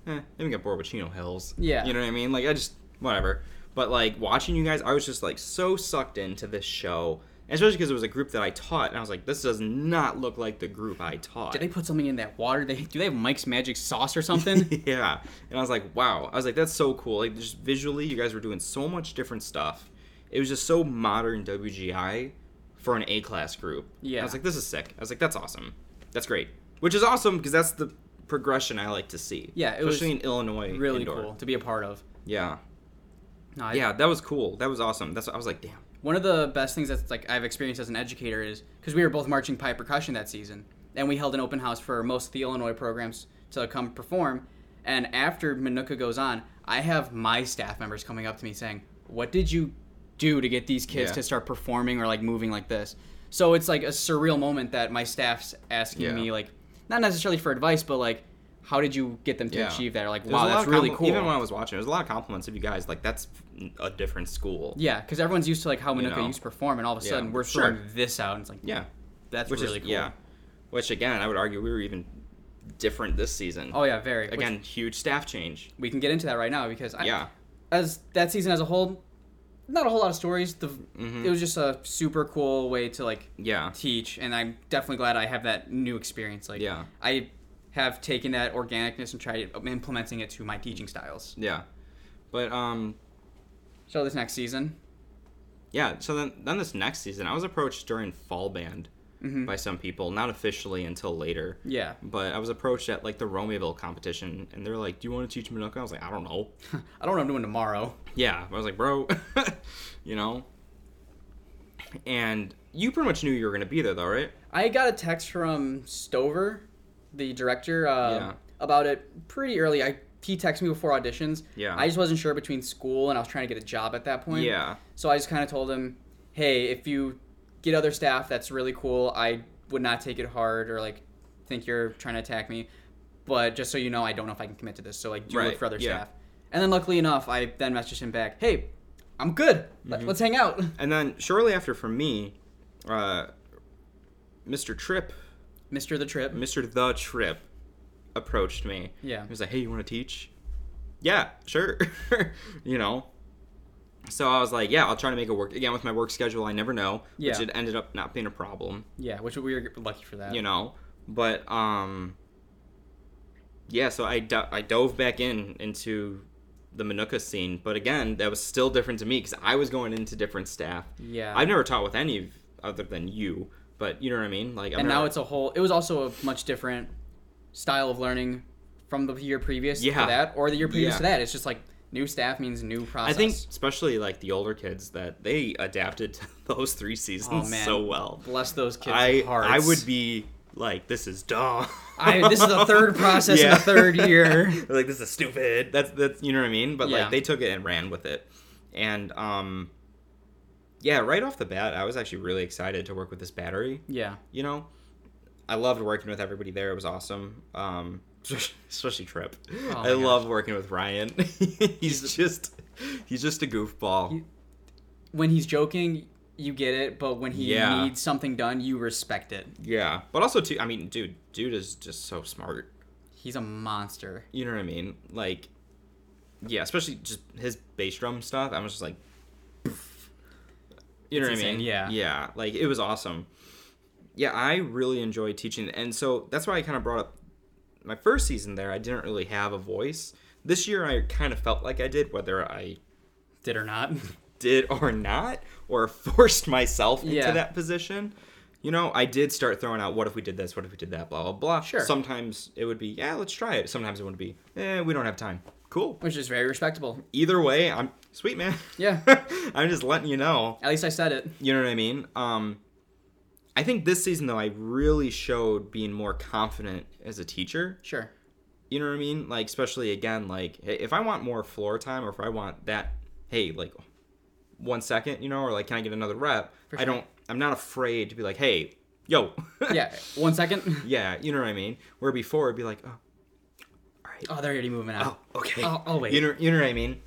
Speaker 2: eh, even get bored with Chino Hills.
Speaker 1: Yeah.
Speaker 2: you know what I mean. Like I just whatever. But like watching you guys, I was just like so sucked into this show, especially because it was a group that I taught, and I was like, this does not look like the group I taught.
Speaker 1: did they put something in that water they do they have mike's magic sauce or something
Speaker 2: yeah. And I was like, wow. I was like, that's so cool. Like, just visually, you guys were doing so much different stuff. It was just so modern WGI for an A class group.
Speaker 1: Yeah.
Speaker 2: I was like, this is sick. I was like, that's awesome. That's great. Which is awesome because that's the progression I like to see.
Speaker 1: Yeah, it was
Speaker 2: Especially in Illinois.
Speaker 1: really
Speaker 2: indoor.
Speaker 1: cool to be a part of
Speaker 2: Yeah.
Speaker 1: no, I-
Speaker 2: Yeah, that was cool. That was awesome. That's I was like, damn.
Speaker 1: one of the best things that's like i've experienced as an educator is because we were both marching pipe percussion that season and we held an open house for most of the illinois programs to come perform and after manuka goes on i have my staff members coming up to me saying what did you do to get these kids
Speaker 2: Yeah.
Speaker 1: to start performing or like moving like this so it's like a surreal moment that my staff's asking
Speaker 2: Yeah.
Speaker 1: me like not necessarily for advice but like how did you get them to
Speaker 2: Yeah.
Speaker 1: achieve that or like
Speaker 2: There was
Speaker 1: wow
Speaker 2: a lot
Speaker 1: that's
Speaker 2: of
Speaker 1: really
Speaker 2: compli-
Speaker 1: cool
Speaker 2: Even when I was watching, there's a lot of compliments of you guys. Like, that's a different school.
Speaker 1: yeah because everyone's used to like how manuka
Speaker 2: know.
Speaker 1: used to perform and all of a
Speaker 2: Yeah.
Speaker 1: sudden we're
Speaker 2: Sure.
Speaker 1: throwing this out and it's like
Speaker 2: Yeah.
Speaker 1: That's
Speaker 2: which
Speaker 1: really
Speaker 2: is
Speaker 1: cool.
Speaker 2: yeah. Which again, I would argue we were even different this season.
Speaker 1: Oh yeah, very. Which
Speaker 2: again, huge staff change.
Speaker 1: we can get into that right now because I,
Speaker 2: Yeah,
Speaker 1: as that season as a whole, not a whole lot of stories. The it was just a super cool way to like
Speaker 2: yeah,
Speaker 1: teach, and I'm definitely glad I have that new experience. Like
Speaker 2: Yeah.
Speaker 1: I have taken that organicness and tried implementing it to my teaching styles.
Speaker 2: yeah. But um,
Speaker 1: So this next season,
Speaker 2: yeah. So then, then this next season, I was approached during fall band
Speaker 1: Mhm.
Speaker 2: by some people, not officially until later.
Speaker 1: Yeah.
Speaker 2: But I was approached at like the Romeoville competition, and they're like, "Do you want to teach Madoka?" I was like, "I don't know."
Speaker 1: I don't know what I'm doing tomorrow.
Speaker 2: yeah, I was like, "Bro," you know. And you pretty much knew you were gonna be there, though, right?
Speaker 1: I got a text from Stover, the director, uh,
Speaker 2: Yeah.
Speaker 1: about it pretty early. I he texted me before auditions.
Speaker 2: Yeah.
Speaker 1: I just wasn't sure between school and I was trying to get a job at that point.
Speaker 2: Yeah.
Speaker 1: So I just kind of told him, "Hey, if you get other staff, that's really cool. I would not take it hard or like think you're trying to attack me, but just so you know, I don't know if I can commit to this. So like, do
Speaker 2: Right,
Speaker 1: look for other
Speaker 2: yeah.
Speaker 1: staff." And then luckily enough, I then messaged him back, "Hey, I'm good. Let-
Speaker 2: Mm-hmm.
Speaker 1: Let's hang out."
Speaker 2: And then shortly after, from me, uh, Mr. Tripp,
Speaker 1: Mister the trip.
Speaker 2: Mr. The Trip, approached me.
Speaker 1: Yeah.
Speaker 2: He was like, "Hey, you want to teach?" Yeah, sure. you know. So I was like, "Yeah, I'll try to make it work." Again, with my work schedule, I never know,
Speaker 1: Yeah.
Speaker 2: which it ended up not being a problem.
Speaker 1: Yeah, which we were lucky for that.
Speaker 2: you know but um yeah so i do- i dove back in into the manuka scene but again that was still different to me because i was going into different staff
Speaker 1: Yeah.
Speaker 2: i've never taught with any of- other than you but you know what i mean like I've
Speaker 1: and
Speaker 2: never-
Speaker 1: now it's a whole it was also a much different style of learning from the year previous
Speaker 2: Yeah.
Speaker 1: to that or the year previous
Speaker 2: Yeah.
Speaker 1: to that it's just like new staff means new
Speaker 2: i
Speaker 1: process
Speaker 2: think especially like the older kids that they adapted to those three seasons
Speaker 1: Oh, man.
Speaker 2: so well
Speaker 1: bless those kids
Speaker 2: i
Speaker 1: hearts.
Speaker 2: i would be like this is dumb
Speaker 1: I- this is the third process in
Speaker 2: Yeah.
Speaker 1: the third year
Speaker 2: like this is stupid. That's that's you know what I mean. But
Speaker 1: Yeah.
Speaker 2: like they took it and ran with it, and um, yeah, right off the bat, I was actually really excited to work with this battery.
Speaker 1: yeah
Speaker 2: You know, I loved working with everybody there. It was awesome. Um, especially Trip.
Speaker 1: Oh my
Speaker 2: I
Speaker 1: gosh.
Speaker 2: love working with Ryan. he's just he's just a goofball.
Speaker 1: He- when he's joking you get it but when he
Speaker 2: Yeah.
Speaker 1: needs something done you respect it
Speaker 2: yeah, but also too. I mean, dude, dude is just so smart.
Speaker 1: he's a monster
Speaker 2: You know what I mean? Like, yeah, especially just his bass drum stuff. I was just like, you know
Speaker 1: It's
Speaker 2: what I
Speaker 1: insane,
Speaker 2: mean?
Speaker 1: yeah.
Speaker 2: yeah. Like it was awesome. Yeah, I really enjoyed teaching, and so that's why I kind of brought up my first season there. I didn't really have a voice. This year, I kind of felt like I did, whether I
Speaker 1: did or not
Speaker 2: did or not, or forced myself
Speaker 1: Yeah.
Speaker 2: into that position. You know, I did start throwing out, what if we did this? What if we did that? Blah, blah, blah.
Speaker 1: Sure.
Speaker 2: Sometimes it would be, yeah, let's try it. Sometimes it would be, eh, we don't have time. Cool.
Speaker 1: which is very respectable
Speaker 2: Either way, I'm sweet, man.
Speaker 1: Yeah.
Speaker 2: I'm just letting you know.
Speaker 1: at least i said it
Speaker 2: You know what I mean? Um, I think this season, though, I really showed being more confident as a teacher.
Speaker 1: sure
Speaker 2: You know what I mean? Like, especially again, like hey, if I want more floor time or if I want that, hey, like one second, you know, or like, can I get another rep?
Speaker 1: For
Speaker 2: I
Speaker 1: sure.
Speaker 2: don't, I'm not afraid to be like, hey, yo.
Speaker 1: yeah one second
Speaker 2: yeah, you know what I mean? Where before it'd be like, oh,
Speaker 1: oh they're already moving
Speaker 2: oh
Speaker 1: out
Speaker 2: okay.
Speaker 1: I'll- I'll wait.
Speaker 2: You know, you know what I mean?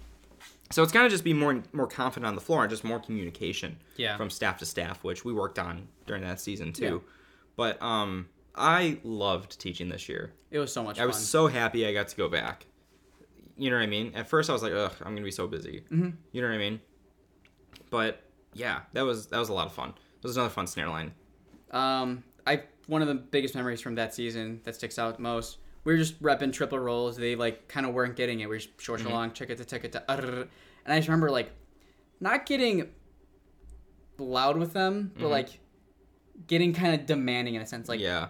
Speaker 2: So it's kind of just be more more confident on the floor and just more communication
Speaker 1: Yeah.
Speaker 2: from staff to staff, which we worked on during that season too.
Speaker 1: Yeah.
Speaker 2: But um, I loved teaching this year.
Speaker 1: it was so much
Speaker 2: I
Speaker 1: fun
Speaker 2: was so happy I got to go back. You know what I mean? At first, I was like, "Ugh, I'm gonna be so busy." Mm-hmm. You know what I mean? But yeah, that was that was a lot of fun. It was another fun snare line.
Speaker 1: Um, I one of the biggest memories from that season that sticks out most. We were just repping triple rolls. They like kind of weren't getting it. We were just short
Speaker 2: Mm-hmm.
Speaker 1: along, check it to check it to, and I just remember like not getting loud with them, but like getting kind of demanding in a sense. Like
Speaker 2: Mm-hmm. Yeah,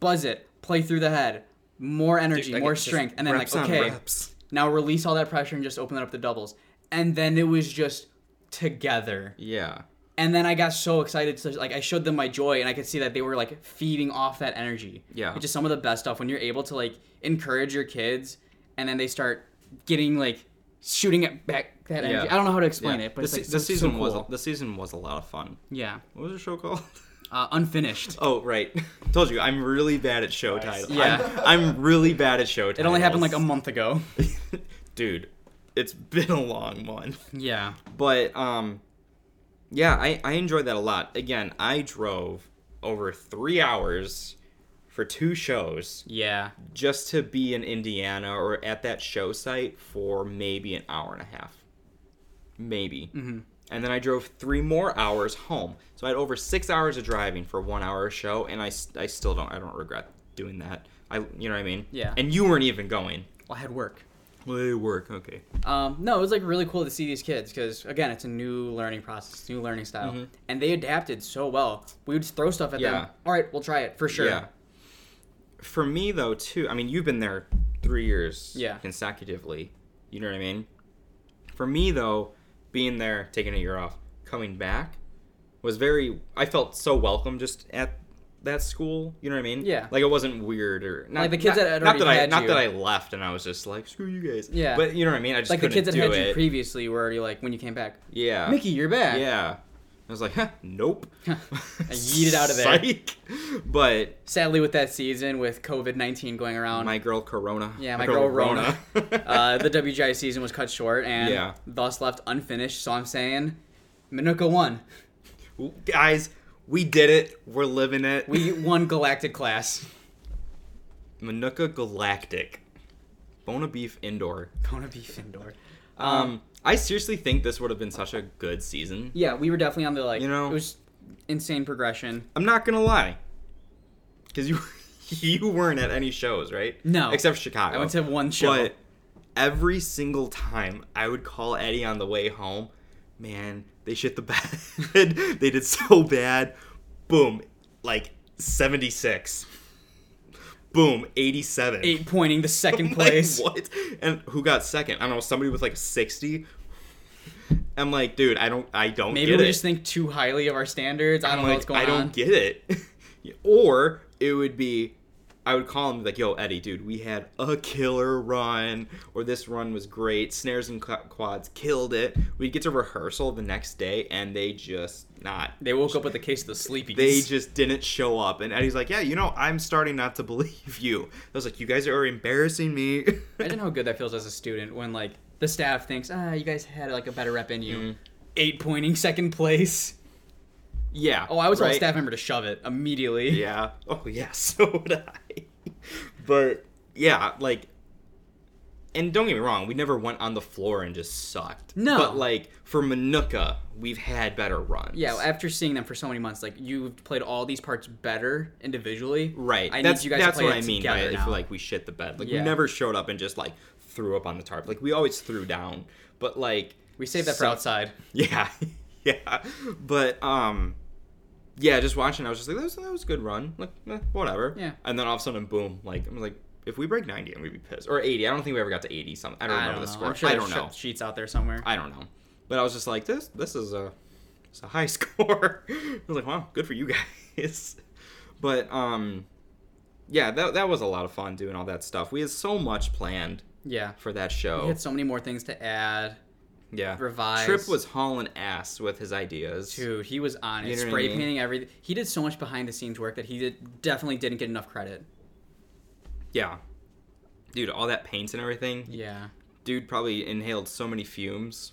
Speaker 1: buzz it, play through the head, more energy,
Speaker 2: Like,
Speaker 1: more
Speaker 2: it's just
Speaker 1: strength, and then like
Speaker 2: reps on
Speaker 1: okay,
Speaker 2: reps.
Speaker 1: now release all that pressure and just open up the doubles. And then it was just together.
Speaker 2: yeah,
Speaker 1: And then I got so excited, so like I showed them my joy, and I could see that they were like feeding off that energy.
Speaker 2: Yeah.
Speaker 1: which is some of the best stuff when you're able to like encourage your kids, and then they start getting like shooting it back that energy.
Speaker 2: Yeah.
Speaker 1: I don't know how to explain
Speaker 2: yeah.
Speaker 1: it, but
Speaker 2: this,
Speaker 1: it's like,
Speaker 2: se- this
Speaker 1: so- so
Speaker 2: season was
Speaker 1: cool.
Speaker 2: the season was a lot of fun.
Speaker 1: yeah
Speaker 2: What was the show called?
Speaker 1: uh, unfinished.
Speaker 2: Oh right, told you I'm really bad at show titles.
Speaker 1: Yeah.
Speaker 2: I'm, I'm really bad at show titles.
Speaker 1: It only happened like a month ago.
Speaker 2: dude. It's been a long month.
Speaker 1: yeah,
Speaker 2: but um yeah I, I enjoyed that a lot again i drove over three hours for two shows
Speaker 1: yeah,
Speaker 2: just to be in indiana or at that show site for maybe an hour and a half maybe mm-hmm. and then i drove three more hours home so i had over six hours of driving for one hour a show and i, s- I still don't i don't regret doing that i you know what i mean
Speaker 1: Yeah.
Speaker 2: and you weren't even going
Speaker 1: well, I had work.
Speaker 2: Well, they work. Okay.
Speaker 1: Um, no, it was like really cool to see these kids because again, it's a new learning process, new learning style, and they adapted so well. We would just throw stuff at
Speaker 2: Mm-hmm. Yeah.
Speaker 1: them. All right, we'll try it for sure.
Speaker 2: Yeah. For me though, too. I mean, you've been there three years.
Speaker 1: Yeah.
Speaker 2: Consecutively. You know what I mean? For me though, being there, taking a year off, coming back, was very. I felt so welcome just at that school. You know what I mean?
Speaker 1: Yeah.
Speaker 2: Like it wasn't weird or not,
Speaker 1: Like, the kids
Speaker 2: not,
Speaker 1: that had
Speaker 2: not
Speaker 1: already
Speaker 2: that I
Speaker 1: had
Speaker 2: not
Speaker 1: you.
Speaker 2: that I left and I was just like screw you guys.
Speaker 1: Yeah.
Speaker 2: But you know what I mean? I just
Speaker 1: Like the kids that
Speaker 2: couldn't
Speaker 1: had
Speaker 2: do
Speaker 1: you
Speaker 2: it.
Speaker 1: previously were already like when you came back,
Speaker 2: yeah.
Speaker 1: Mickey, you're back.
Speaker 2: Yeah. I was like, huh, nope.
Speaker 1: I yeeted out of there.
Speaker 2: Psych. But
Speaker 1: Sadly, with that season with COVID nineteen going around,
Speaker 2: my girl Corona.
Speaker 1: Yeah, my girl Rona.
Speaker 2: Rona.
Speaker 1: uh, the WGI season was cut short and
Speaker 2: Yeah.
Speaker 1: thus left unfinished. So I'm saying, Minooka won.
Speaker 2: Guys, we did it. We're living it.
Speaker 1: We won Galactic Class.
Speaker 2: Manuka Galactic. Bona beef indoor.
Speaker 1: Gonna be Findor.
Speaker 2: Um, I seriously think this would have been such a good season.
Speaker 1: Yeah, we were definitely on the like.
Speaker 2: You know-
Speaker 1: it was insane progression.
Speaker 2: I'm not gonna lie, because you you weren't at any shows, right?
Speaker 1: No.
Speaker 2: except Chicago.
Speaker 1: I went to one show.
Speaker 2: But every single time I would call Eddie on the way home, man, they shit the bed. they did so bad. Boom, like 76. Boom, 87.
Speaker 1: eight pointing the second
Speaker 2: Like,
Speaker 1: place.
Speaker 2: what? And who got second? I don't know, somebody with like 60. I'm like, dude, I don't I don't
Speaker 1: Maybe
Speaker 2: get
Speaker 1: we
Speaker 2: it.
Speaker 1: just think too highly of our standards. I don't
Speaker 2: I'm
Speaker 1: know
Speaker 2: like,
Speaker 1: what's going
Speaker 2: I don't
Speaker 1: on.
Speaker 2: get it. or it would be, I would call him like, "Yo, Eddie, dude, we had a killer run, or this run was great. Snares and qu- quads killed it." We'd get to rehearsal the next day, and they just not.
Speaker 1: they woke up with a case of the sleepies.
Speaker 2: They just didn't show up, and Eddie's like, "Yeah, you know, I'm starting not to believe you." I was like, "You guys are embarrassing me."
Speaker 1: Imagine how good that feels as a student when like the staff thinks, ah, you guys had like a better rep in
Speaker 2: Mm-hmm.
Speaker 1: you. Eight pointing second place.
Speaker 2: yeah.
Speaker 1: Oh, I would tell a
Speaker 2: right?
Speaker 1: staff member to shove it immediately.
Speaker 2: Yeah. Oh yeah, so would I. but yeah, like and don't get me wrong, we never went on the floor and just sucked.
Speaker 1: No.
Speaker 2: But like for Manuka, we've had better runs.
Speaker 1: Yeah, after seeing them for so many months, like you've played all these parts better individually.
Speaker 2: Right.
Speaker 1: I
Speaker 2: that's
Speaker 1: need you guys
Speaker 2: that's
Speaker 1: to play
Speaker 2: what
Speaker 1: it
Speaker 2: I mean by
Speaker 1: together
Speaker 2: it, if
Speaker 1: now.
Speaker 2: like we shit the bed. Like
Speaker 1: Yeah.
Speaker 2: we never showed up and just like threw up on the tarp. Like we always threw down. But like
Speaker 1: we saved that for
Speaker 2: some-
Speaker 1: outside.
Speaker 2: Yeah. yeah. But um yeah, just watching, I was just like, that was, that was a good run. Like, eh, whatever.
Speaker 1: Yeah.
Speaker 2: And then all of a sudden, boom! Like, I'm like, if we break 90, I'm gonna be pissed. Or 80. I don't think we ever got to 80. Something. I don't remember the score.
Speaker 1: I'm sure
Speaker 2: I
Speaker 1: there's
Speaker 2: don't know.
Speaker 1: sh- sheets out there somewhere.
Speaker 2: I don't know. But I was just like, this this is a it's a high score. I was like, wow, good for you guys. But um, yeah, that that was a lot of fun doing all that stuff. We had so much planned
Speaker 1: yeah.
Speaker 2: for that
Speaker 1: We
Speaker 2: show.
Speaker 1: had so many more things to add.
Speaker 2: yeah.
Speaker 1: revise.
Speaker 2: Trip was hauling ass with his ideas.
Speaker 1: Dude, he was on it.
Speaker 2: You know what I
Speaker 1: Spray
Speaker 2: mean?
Speaker 1: painting everything. He did so much behind the scenes work that he did, definitely didn't get enough credit.
Speaker 2: Yeah. Dude, all that paint and everything.
Speaker 1: Yeah.
Speaker 2: dude probably inhaled so many fumes.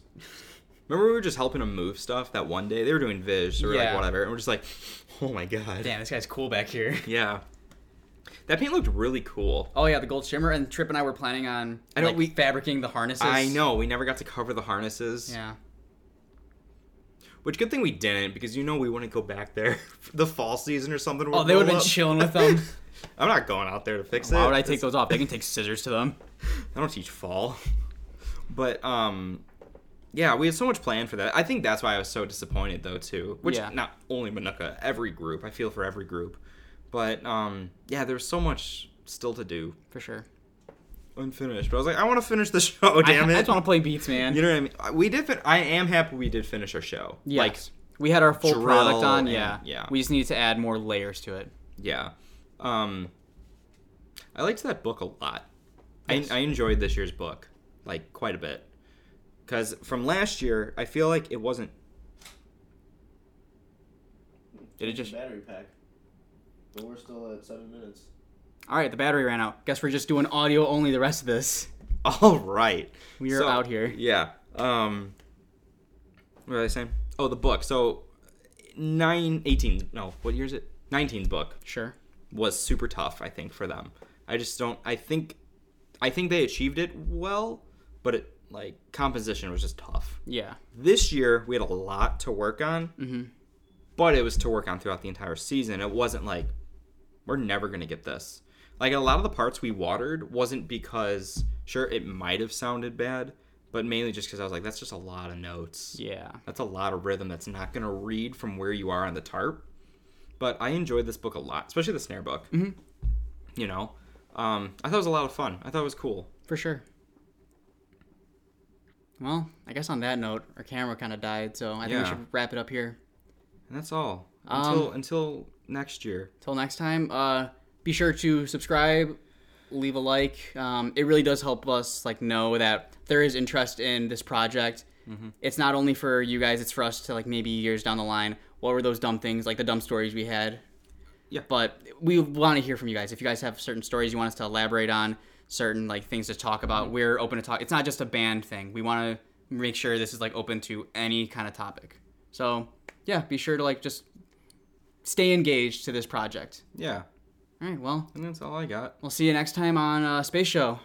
Speaker 2: Remember we were just helping him move stuff that one day? They were doing Viz, so we were
Speaker 1: Yeah.
Speaker 2: like, whatever. And we're just like, oh my god.
Speaker 1: Damn, this guy's cool back here.
Speaker 2: Yeah. That paint looked really cool.
Speaker 1: Oh yeah, the gold shimmer and Trip and I were planning on
Speaker 2: I know,
Speaker 1: like,
Speaker 2: we-
Speaker 1: fabricating the harnesses.
Speaker 2: I know, we never got to cover the harnesses.
Speaker 1: Yeah.
Speaker 2: Which good thing we didn't, because you know we wouldn't go back there for the fall season or something.
Speaker 1: Oh, they would
Speaker 2: would
Speaker 1: have been chilling with them.
Speaker 2: I'm not going out there to fix it.
Speaker 1: Why would I take those off? They can take scissors to them.
Speaker 2: I don't teach fall. But um yeah, we had so much planned for that. I think that's why I was so disappointed though too. Which
Speaker 1: Yeah.
Speaker 2: not only Manuka, every group. I feel for every group. But um yeah, there's so much still to do.
Speaker 1: For sure.
Speaker 2: Unfinished. But I was like, I want to finish the show, damn
Speaker 1: I,
Speaker 2: it.
Speaker 1: I just want to play beats, man.
Speaker 2: you know what I mean? I- We did fin- I am happy we did finish our show. Like
Speaker 1: Yes. we had our full
Speaker 2: drill
Speaker 1: product on.
Speaker 2: and-
Speaker 1: Yeah.
Speaker 2: yeah.
Speaker 1: We just needed to add more layers to it.
Speaker 2: yeah. Um I liked that book a lot.
Speaker 1: Yes.
Speaker 2: I I enjoyed this year's book like quite a bit. Cuz from last year, I feel like it wasn't Did it just-
Speaker 3: battery pack? But we're still at seven minutes.
Speaker 1: All right, the battery ran out. Guess we're just doing audio only the rest of this.
Speaker 2: All right.
Speaker 1: We are out here.
Speaker 2: Yeah. Um What was I saying? Oh, the book. So 9 18 no, what year is it? 19's book
Speaker 1: Sure.
Speaker 2: was super tough, I think for them. I just don't I think I think they achieved it well, but it like composition was just tough.
Speaker 1: Yeah.
Speaker 2: This year we had a lot to work on. But it was to work on throughout the entire season. It wasn't like we're never going to get this. Like a lot of the parts we watered wasn't because sure it might have sounded bad, but mainly just because I was like, that's just a lot of notes.
Speaker 1: Yeah.
Speaker 2: That's a lot of rhythm that's not gonna read from where you are on the tarp. But I enjoyed this book a lot, especially the snare book. Mm-hmm. You know, um, I thought it was a lot of fun. I thought it was cool.
Speaker 1: For sure. Well, I guess on that note, our camera kind of died, so I think we
Speaker 2: Yeah.
Speaker 1: should wrap it up here.
Speaker 2: And that's all.
Speaker 1: Um,
Speaker 2: Until until next year.
Speaker 1: Till next time, uh, be sure to subscribe, leave a like. Um, it really does help us like know that there is interest in this project. It's not only for you guys; it's for us to like maybe years down the line. What were those dumb things like the dumb stories we had?
Speaker 2: Yeah.
Speaker 1: But we want to hear from you guys. If you guys have certain stories you want us to elaborate on, certain like things to talk about, we're open to talk. It's not just a band thing. We want to make sure this is like open to any kind of topic. So yeah, be sure to like just stay engaged to this project.
Speaker 2: Yeah.
Speaker 1: All right, well,
Speaker 2: And that's all I got.
Speaker 1: we'll see you next time on uh, Space Show.